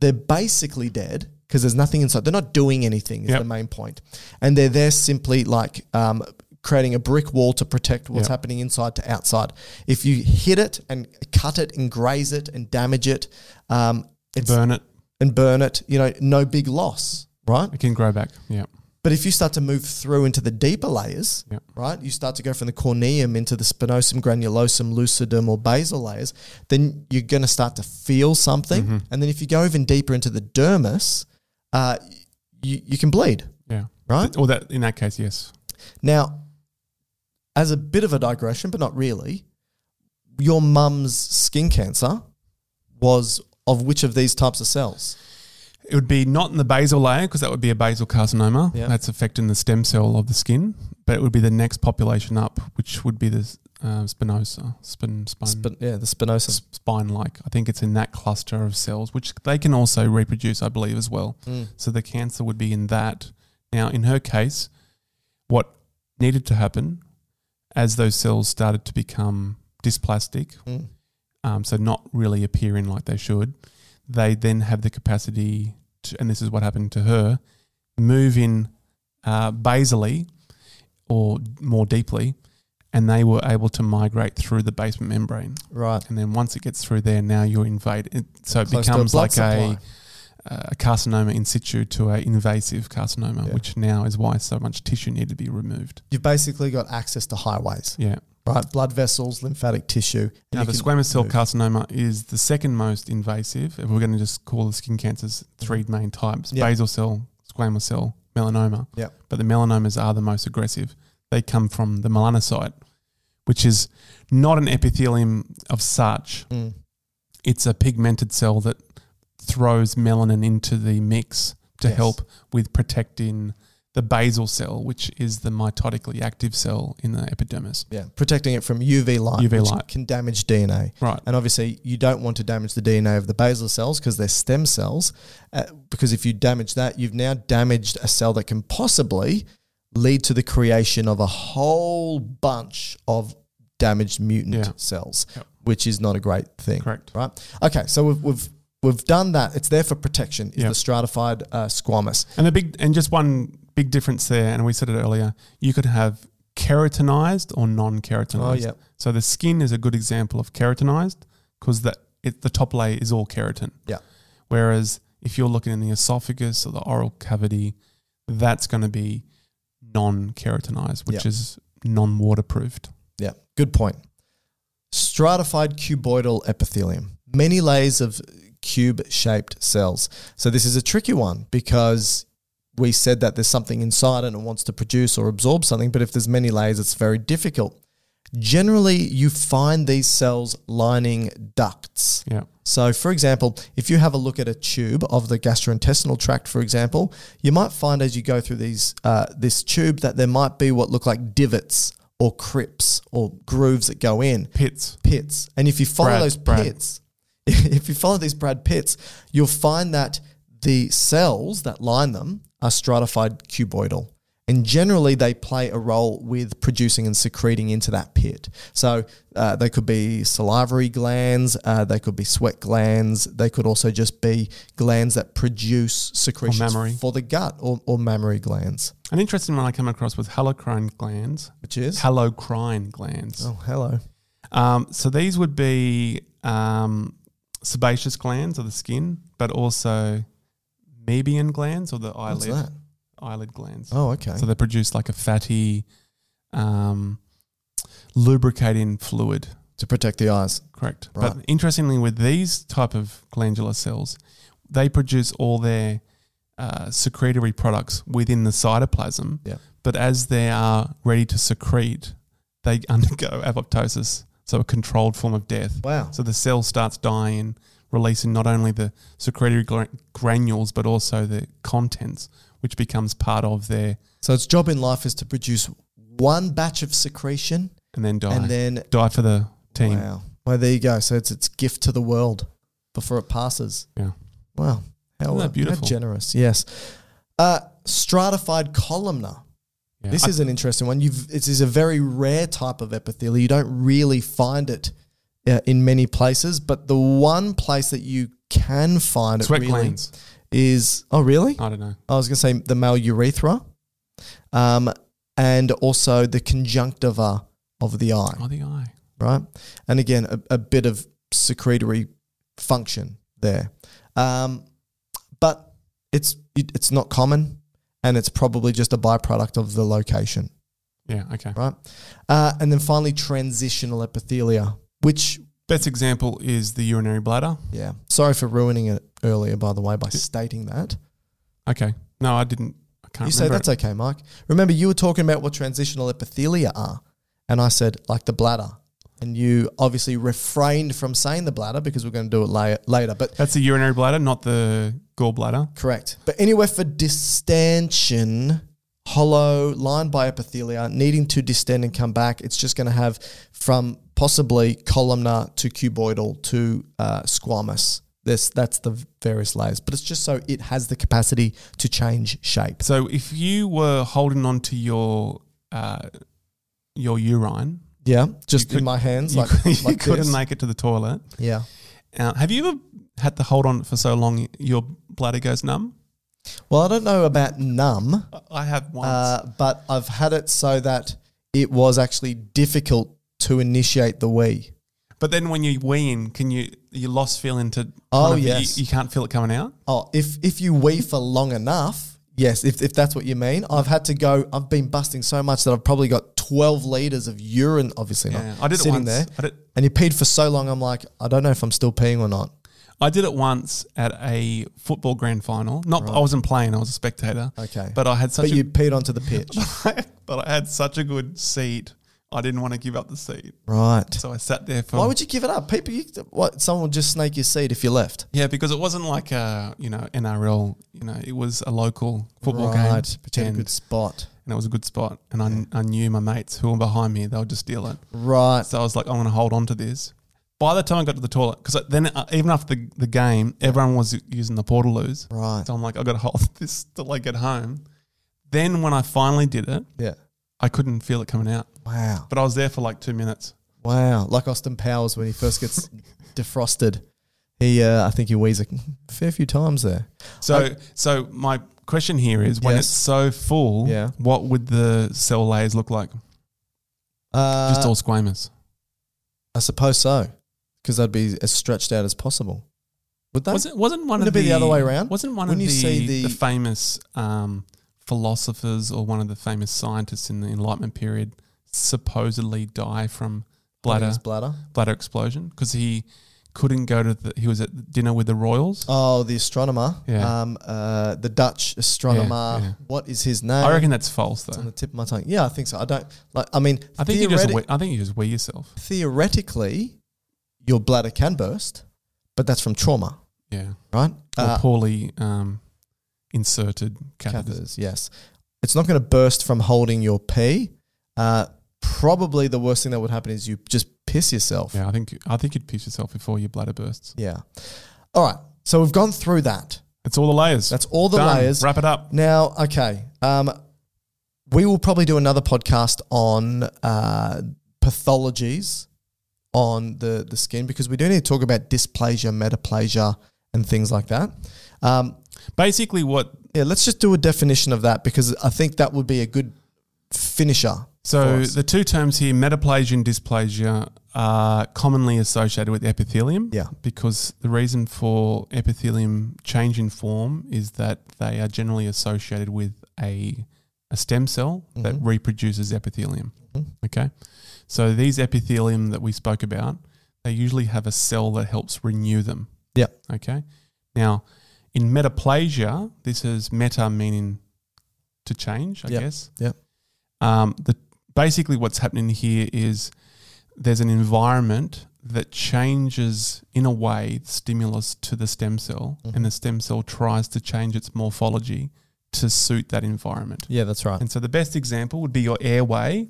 E: they're basically dead because there's nothing inside. They're not doing anything. Is
F: Yep.
E: the main point, and they're there simply like um, creating a brick wall to protect what's
F: Yep.
E: happening inside to outside. If you hit it and cut it and graze it and damage it, um, it's
F: Burn it.
E: and burn it, you know, no big loss, right?
F: It can grow back. Yeah.
E: But if you start to move through into the deeper layers,
F: Yep.
E: right, you start to go from the corneum into the spinosum, granulosum, lucidum, or basal layers, then you're going to start to feel something. And then if you go even deeper into the dermis, uh, you, you can bleed.
F: Yeah.
E: Right?
F: Or that in that case, yes.
E: Now, as a bit of a digression, but not really, your mum's skin cancer was of which of these types of cells?
F: It would be not in the basal layer because that would be a basal carcinoma.
E: Yeah.
F: That's affecting the stem cell of the skin. But it would be the next population up, which would be the s- uh, spinosa, spin, spine,
E: Spin, yeah, the Spinoza.
F: s- spine-like. I think it's in that cluster of cells, which they can also reproduce, I believe, as well.
E: Mm.
F: So the cancer would be in that. Now, in her case, what needed to happen as those cells started to become dysplastic,
E: Mm.
F: um, so not really appearing like they should, they then have the capacity to, and this is what happened to her, move in uh, basally or more deeply, and they were able to migrate through the basement membrane.
E: Right.
F: And then once it gets through there, now you're invaded. It, so it
E: Close to a
F: becomes
E: blood
F: like
E: supply.
F: a, uh, a carcinoma in situ to a invasive carcinoma,
E: Yeah.
F: which now is why so much tissue needed to be removed.
E: You've basically got access to highways,
F: Yeah.
E: right? Blood vessels, lymphatic tissue. and
F: Now,
E: you
F: the
E: can
F: squamous cell
E: move.
F: carcinoma is the second most invasive. If we're going to just call the skin cancers three main types
E: Yeah.
F: basal cell, squamous cell, melanoma.
E: Yeah.
F: But the melanomas are the most aggressive. They come from the melanocyte, which is not an epithelium of such,
E: Mm.
F: it's a pigmented cell that throws melanin into the mix to
E: Yes.
F: help with protecting the basal cell, which is the mitotically active cell in the epidermis.
E: Yeah, protecting it from UV light,
F: UV
E: which
F: light.
E: can damage DNA.
F: Right.
E: And obviously, you don't want to damage the DNA of the basal cells because they're stem cells. Uh, because if you damage that, you've now damaged a cell that can possibly lead to the creation of a whole bunch of damaged mutant
F: Yeah.
E: cells, which is not a great thing.
F: Correct.
E: Right. Okay. So we've we've we've done that. It's there for protection. Is
F: Yeah.
E: the stratified uh, squamous?
F: And the big and just one big difference there, and we said it earlier, you could have keratinized or non-keratinized.
E: Oh, yeah.
F: So the skin is a good example of keratinized because that it, the top layer is all keratin.
E: Yeah.
F: Whereas if you're looking in the esophagus or the oral cavity, that's going to be non-keratinized, which
E: Yeah.
F: is non-waterproofed.
E: Yeah, good point. Stratified cuboidal epithelium, many layers of cube shaped cells. So, this is a tricky one because we said that there's something inside and it wants to produce or absorb something, but if there's many layers, it's very difficult. Generally, you find these cells lining ducts.
F: Yeah.
E: So, for example, if you have a look at a tube of the gastrointestinal tract, for example, you might find as you go through these uh, this tube that there might be what look like divots or crypts or grooves that go in
F: Pits.
E: pits. And if you follow
F: Brad,
E: those
F: Brad.
E: pits, if you follow these Brad pits, you'll find that the cells that line them are stratified cuboidal. And generally, they play a role with producing and secreting into that pit. So uh, they could be salivary glands, uh, they could be sweat glands, they could also just be glands that produce
F: mammary.
E: secretions for the gut or, or mammary glands,
F: An interesting one I come across was halocrine glands.
E: which is.
F: Halocrine glands.
E: oh, hello.
F: Um, so these would be um, sebaceous glands of the skin, but also mebian glands or the
E: What's
F: eyelid
E: that?
F: eyelid glands.
E: Oh, okay.
F: So they produce like a fatty, um, lubricating fluid.
E: to protect the eyes.
F: Correct.
E: Right.
F: But interestingly, with these type of glandular cells, they produce all their uh, secretory products within the cytoplasm.
E: Yeah.
F: But as they are ready to secrete, they undergo apoptosis, so a controlled form of death.
E: Wow.
F: So the cell starts dying, releasing not only the secretory gra- granules but also the contents, which becomes part of their
E: So its job in life is to produce one batch of secretion
F: and then die.
E: and then
F: die for the team.
E: wow. Well, there you go. So it's its gift to the world before it passes.
F: Yeah.
E: Wow. How,
F: Isn't that
E: how
F: beautiful?
E: generous. Yes. Uh, stratified columnar.
F: Yeah.
E: This
F: I-
E: is an interesting one. You've it is a very rare type of epithelium. You don't really find it uh, in many places, but the one place that you can find
F: sweat
E: it really
F: glands.
E: is oh really?
F: I don't know.
E: I was going to say the male urethra, um, and also the conjunctiva of the eye,
F: Oh, the eye.
E: right? And again, a, a bit of secretory function there, um, but it's it, it's not common, and it's probably just a byproduct of the location,
F: Yeah. Okay.
E: right? Uh, and then finally, transitional epithelia, which
F: Best example is the urinary bladder.
E: yeah, sorry for ruining it earlier, by the way, by stating that.
F: Okay. No, I didn't. I can't
E: You say
F: remember.
E: that's
F: it.
E: okay, Mike. Remember, you were talking about what transitional epithelia are, and I said like the bladder, and you obviously refrained from saying the bladder because we're going to do it la- later. But
F: That's the urinary bladder, not the gallbladder.
E: correct. But anywhere for distension, hollow, lined by epithelia, needing to distend and come back. It's just going to have from possibly columnar to cuboidal to uh, squamous. This, that's the various layers, but it's just so it has the capacity to change shape.
F: So if you were holding on to your uh, your urine,
E: Yeah, just
F: could-
E: in my hands,
F: you,
E: like,
F: cou- you
E: like
F: couldn't
E: this.
F: make it to the toilet.
E: yeah.
F: Uh, have you ever had to hold on for so long your bladder goes numb?
E: Well, I don't know about numb.
F: I have once.
E: Uh, but I've had it so that it was actually difficult to initiate the wee.
F: but then when you wee in, can you you lost feeling to?
E: Oh,
F: you-
E: yes.
F: you, can't feel it coming out.
E: Oh, if if you wee for long enough, yes, if, if that's what you mean. I've had to go. I've been busting so much that I've probably got twelve liters of urine. Obviously
F: Yeah,
E: not.
F: I did it
E: sitting
F: once.
E: there,
F: I did-
E: and you peed for so long. I'm like, I don't know if I'm still peeing or not.
F: I did it once at a football grand final. Not I wasn't playing; I was a spectator.
E: Okay,
F: but I had such
E: but
F: a
E: you peed onto the pitch,
F: but I had such a good seat. I didn't want to give up the seat,
E: right?
F: so I sat there for.
E: Why would you give it up? People, you, what? Someone would just snake your seat if you left.
F: Yeah, because it wasn't like a you know NRL. You know, it was a local football game,
E: but you had a
F: and,
E: good spot.
F: and it was a good spot. And I, I knew my mates who were behind me; they would just steal it.
E: Right.
F: So I was like, I'm going to hold on to this. By the time I got to the toilet, because then uh, even after the, the game, everyone was using the portaloos.
E: Right.
F: So I'm like, I've got to hold this till I get home. Then when I finally did it,
E: Yeah.
F: I couldn't feel it coming out.
E: Wow.
F: But I was there for like two minutes.
E: Wow, like Austin Powers when he first gets defrosted. He, uh, I think he wheezes a fair few times there.
F: So,
E: I-
F: so my question here is, when
E: Yes.
F: it's so full,
E: Yeah.
F: what would the cell layers look like?
E: Uh,
F: Just all squamous.
E: I suppose so, because that'd be as stretched out as possible. Would that?
F: Wasn't wasn't one
E: Wouldn't
F: of
E: it
F: the,
E: be the other way around?
F: Wasn't one
E: Wouldn't
F: of
E: you
F: the,
E: see
F: the,
E: the-
F: famous um, philosophers or one of the famous scientists in the Enlightenment period supposedly die from bladder
E: His bladder.
F: bladder explosion because he couldn't go to the he was at dinner with the royals.
E: Oh, the astronomer.
F: Yeah.
E: Um, uh, the Dutch astronomer.
F: yeah.
E: What is his name?
F: I reckon that's false
E: It's on the
F: though.
E: tip of my tongue. Yeah, I think so. I don't like. I mean,
F: I think you just
E: theoretic-
F: wee, I think you just wee yourself.
E: theoretically, your bladder can burst, but that's from trauma,
F: Yeah,
E: right?
F: or poorly um, inserted catheters.
E: catheters. Yes, it's not going to burst from holding your pee. Uh, probably the worst thing that would happen is you just piss yourself.
F: Yeah, I think I think you'd piss yourself before your bladder bursts.
E: Yeah. All right. So we've gone through that.
F: That's all the layers.
E: That's all the
F: Done.
E: layers.
F: Wrap it up.
E: Now, okay. Um, we will probably do another podcast on uh, pathologies on the, the skin because we do need to talk about dysplasia, metaplasia, and things like that. Um,
F: Basically, what
E: yeah, let's just do a definition of that because I think that would be a good finisher. for
F: So
E: us.
F: the two terms here, metaplasia and dysplasia, are commonly associated with epithelium.
E: Yeah.
F: Because the reason for epithelium change in form is that they are generally associated with a a stem cell that
E: Mm-hmm.
F: reproduces epithelium. Okay. So these epithelium that we spoke about, they usually have a cell that helps renew them.
E: yeah.
F: Okay. Now, in metaplasia, this is meta meaning to change, I
E: Yep.
F: guess.
E: Yeah.
F: Um, the basically what's happening here is there's an environment that changes in a way the stimulus to the stem cell, and
E: Mm-hmm.
F: the stem cell tries to change its morphology to suit that environment.
E: Yeah, that's right.
F: And so the best example would be your airway,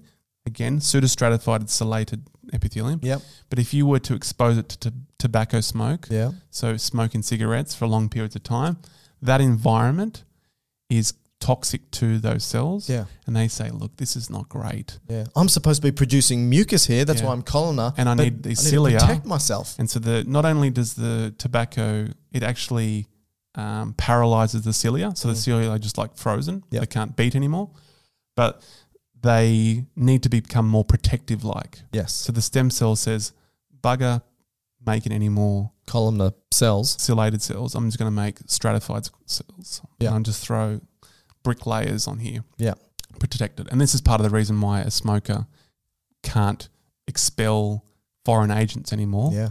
F: again pseudostratified and salated epithelium.
E: Yep.
F: But if you were to expose it to, to tobacco smoke,
E: Yeah.
F: so smoking cigarettes for long periods of time, that environment is toxic to those cells.
E: Yeah.
F: And they say, look, this is not great.
E: Yeah. I'm supposed to be producing mucus here. That's
F: Yeah.
E: why I'm columnar.
F: And I
E: but
F: need these
E: to
F: cilia.
E: protect myself.
F: And so the not only does the tobacco, it actually um, paralyzes the cilia. So the cilia are just like frozen.
E: Yeah.
F: They can't beat anymore. But they need to become more protective like.
E: Yes.
F: So the stem cell says, bugger making any more
E: columnar cells.
F: Silated cells. I'm just going to make stratified s- cells.
E: Yeah.
F: And I'll just throw brick layers on here,
E: Yeah.
F: protect it. And this is part of the reason why a smoker can't expel foreign agents anymore.
E: Yeah.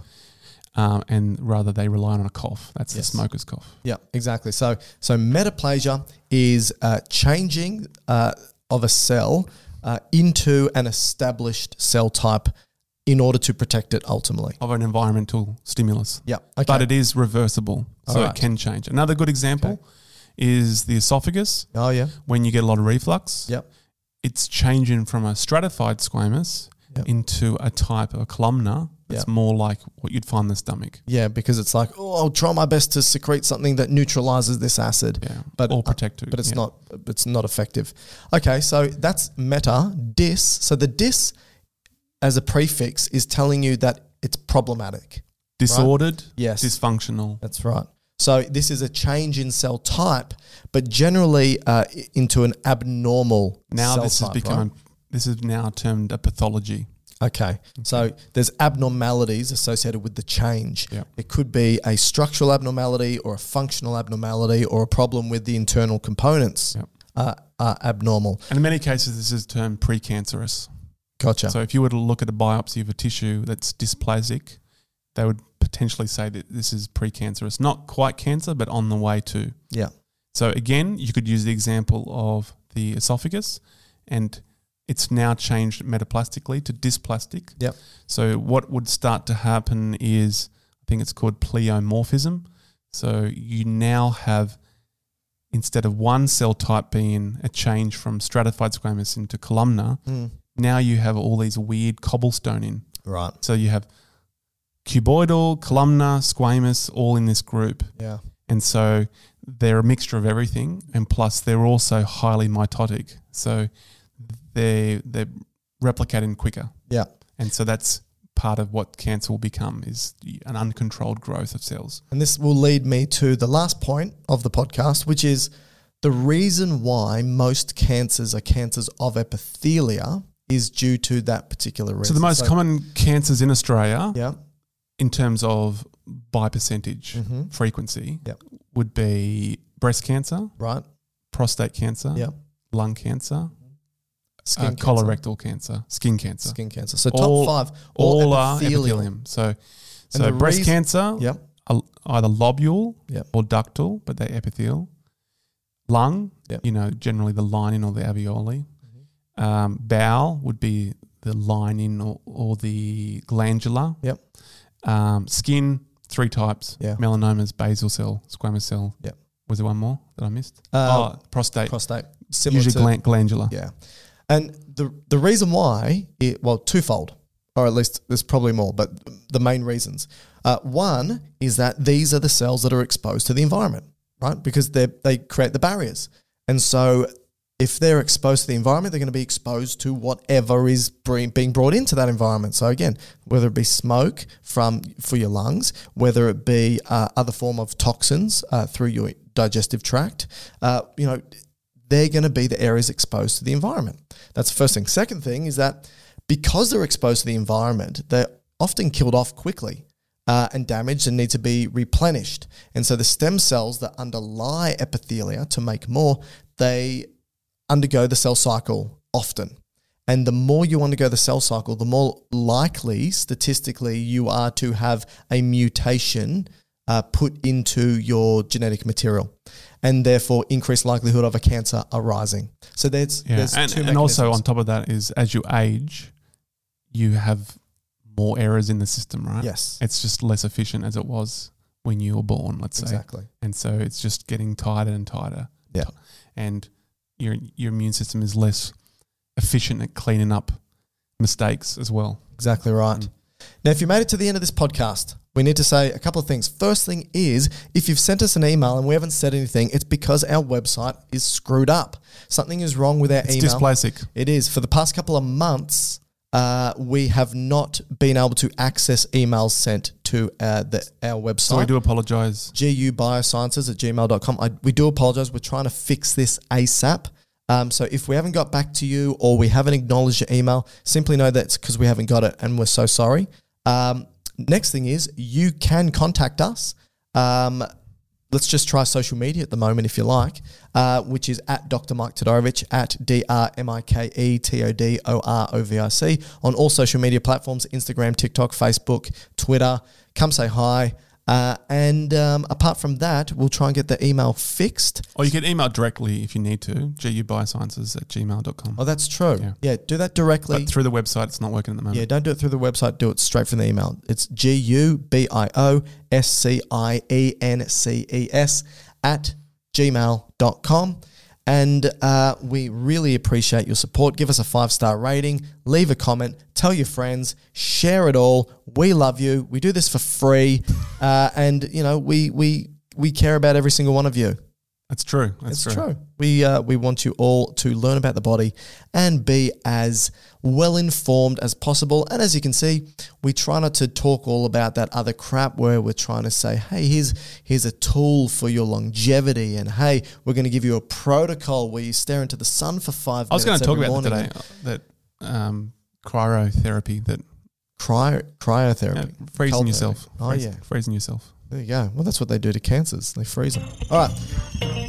F: Um, and rather they rely on a cough. That's
E: Yes.
F: the smoker's cough.
E: Yeah. Exactly. So so metaplasia is uh, changing uh, of a cell uh, into an established cell type in order to protect it ultimately.
F: Of an environmental stimulus.
E: Yeah. Okay.
F: But it is reversible. So
E: Alright.
F: it can change. Another good example is the esophagus
E: Oh, yeah.
F: when you get a lot of reflux.
E: Yep.
F: It's changing from a stratified squamous
E: Yep.
F: into a type of columnar that's
E: Yep.
F: more like what you'd find in the stomach.
E: Yeah, because it's like, oh, I'll try my best to secrete something that neutralizes this acid.
F: Yeah, or protective,
E: But it's
F: yeah.
E: not it's not effective. Okay, so that's meta dis. So the dis as a prefix is telling you that it's problematic.
F: Disordered,
E: Yes.
F: dysfunctional.
E: That's right. So this is a change in cell type, but generally uh, i- into an abnormal
F: Now
E: cell
F: this is
E: type, right?
F: becoming this is now termed a pathology.
E: Okay. So there's abnormalities associated with the change.
F: Yeah.
E: It could be a structural abnormality or a functional abnormality or a problem with the internal components
F: Yeah.
E: uh, are abnormal.
F: And in many cases this is termed precancerous.
E: Gotcha.
F: So if you were to look at a biopsy of a tissue that's dysplasic, they would potentially say that this is precancerous. Not quite cancer, but on the way to.
E: yeah.
F: So again, you could use the example of the esophagus, and it's now changed metaplastically to dysplastic.
E: Yep.
F: So what would start to happen is, I think it's called pleomorphism. So you now have, instead of one cell type being a change from stratified squamous into columnar, now you have all these weird cobblestone in.
E: Right.
F: So you have cuboidal, columnar, squamous, all in this group.
E: Yeah.
F: And so they're a mixture of everything. And plus, they're also highly mitotic. So they, they're replicating quicker.
E: Yeah.
F: And so that's part of what cancer will become is an uncontrolled growth of cells.
E: And this will lead me to the last point of the podcast, which is the reason why most cancers are cancers of epithelia is due to that particular reason.
F: So the most common cancers in Australia
E: Yeah.
F: in terms of by percentage frequency
E: Mm-hmm. Yep.
F: would be breast cancer,
E: Right.
F: prostate cancer,
E: Yeah.
F: lung cancer,
E: Skin
F: uh,
E: cancer.
F: colorectal cancer, skin cancer.
E: Skin cancer. So top
F: All-
E: five.
F: all,
E: All,
F: are
E: epithelial.
F: epithelium. So, so
E: the
F: breast
E: reason-
F: cancer,
E: Yep.
F: al- either lobule
E: Yep.
F: or ductal, but they epithelial. Lung,
E: Yep. Mm-hmm.
F: you know, generally the lining or the alveoli. Um, bowel would be the lining or, or the glandular.
E: Yep.
F: Um, skin, three types.
E: Yeah.
F: Melanomas, basal cell, squamous cell.
E: Yep.
F: Was there one more that I missed?
E: Uh,
F: oh, prostate.
E: Prostate. Similar
F: usually
E: to-
F: glan- glandular.
E: Yeah. And the the reason why it well twofold, or at least there's probably more, but the main reasons. Uh, one is that these are the cells that are exposed to the environment, right? Because they they create the barriers, and so if they're exposed to the environment, they're going to be exposed to whatever is bring, being brought into that environment. So again, whether it be smoke from for your lungs, whether it be uh, other form of toxins uh, through your digestive tract, uh, you know, they're going to be the areas exposed to the environment. That's the first thing. Second thing is that because they're exposed to the environment, they're often killed off quickly uh, and damaged and need to be replenished. And so the stem cells that underlie epithelia to make more, they undergo the cell cycle often. And the more you undergo the cell cycle, the more likely statistically you are to have a mutation uh, put into your genetic material and therefore increased likelihood of a cancer arising. So there's,
F: Yeah,
E: there's
F: and,
E: two
F: and also on
E: mechanisms.
F: top of that is as you age, you have more errors in the system, right?
E: Yes.
F: it's just less efficient as it was when you were born, let's say.
E: Exactly.
F: And so it's just getting tighter and tighter,
E: Yeah.
F: and your your immune system is less efficient at cleaning up mistakes as well.
E: Exactly right. Now, if you made it to the end of this podcast, we need to say a couple of things. First thing is, if you've sent us an email and we haven't said anything, it's because our website is screwed up. Something is wrong with our
F: It's
E: email.
F: dysplasic.
E: It is. For the past couple of months, uh, we have not been able to access emails sent to uh, the, our website
F: So we do apologize.
E: gubiosciences at gmail.com. I, we do apologize. We're trying to fix this ASAP. Um, so if we haven't got back to you or we haven't acknowledged your email, simply know that's because we haven't got it and we're so sorry. Um, next thing is you can contact us. Um, let's just try social media at the moment if you like, uh, which is at Dr. Mike Todorovic, at D R M I K E T O D O R O V I C, on all social media platforms Instagram, TikTok, Facebook, Twitter. Come say hi. Uh, and um, apart from that, we'll try and get the email fixed.
F: Or you can email directly if you need to, gubiosciences at gmail.com.
E: Oh, that's true. Yeah,
F: Yeah.
E: do that directly.
F: But through the website, it's not working at the moment.
E: Yeah, don't do it through the website. Do it straight from the email. It's G U B I O S C I E N C E S at gmail.com. And uh, we really appreciate your support. Give us a five star rating, leave a comment, tell your friends, share it all. We love you. We do this for free, uh, and you know we we we care about every single one of you.
F: That's true. That's
E: It's true. We uh, we want you all to learn about the body and be as well informed as possible. And as you can see, we try not to talk all about that other crap where we're trying to say, hey, here's here's a tool for your longevity, and hey, we're going to give you a protocol where you stare into the sun for five.
F: I was going
E: minutes
F: to talk
E: every
F: about that
E: morning.
F: today. That um, cryotherapy that
E: Cryo, cryotherapy,
F: yeah,
E: cold
F: freezing yourself.
E: therapy. Oh
F: Freezing-
E: yeah,
F: freezing yourself.
E: there you go. Well, that's what they do to cancers. They freeze them. All right.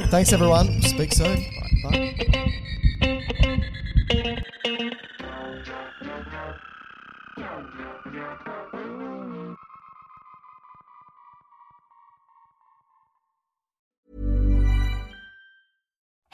E: Thanks everyone. Speak soon. Bye.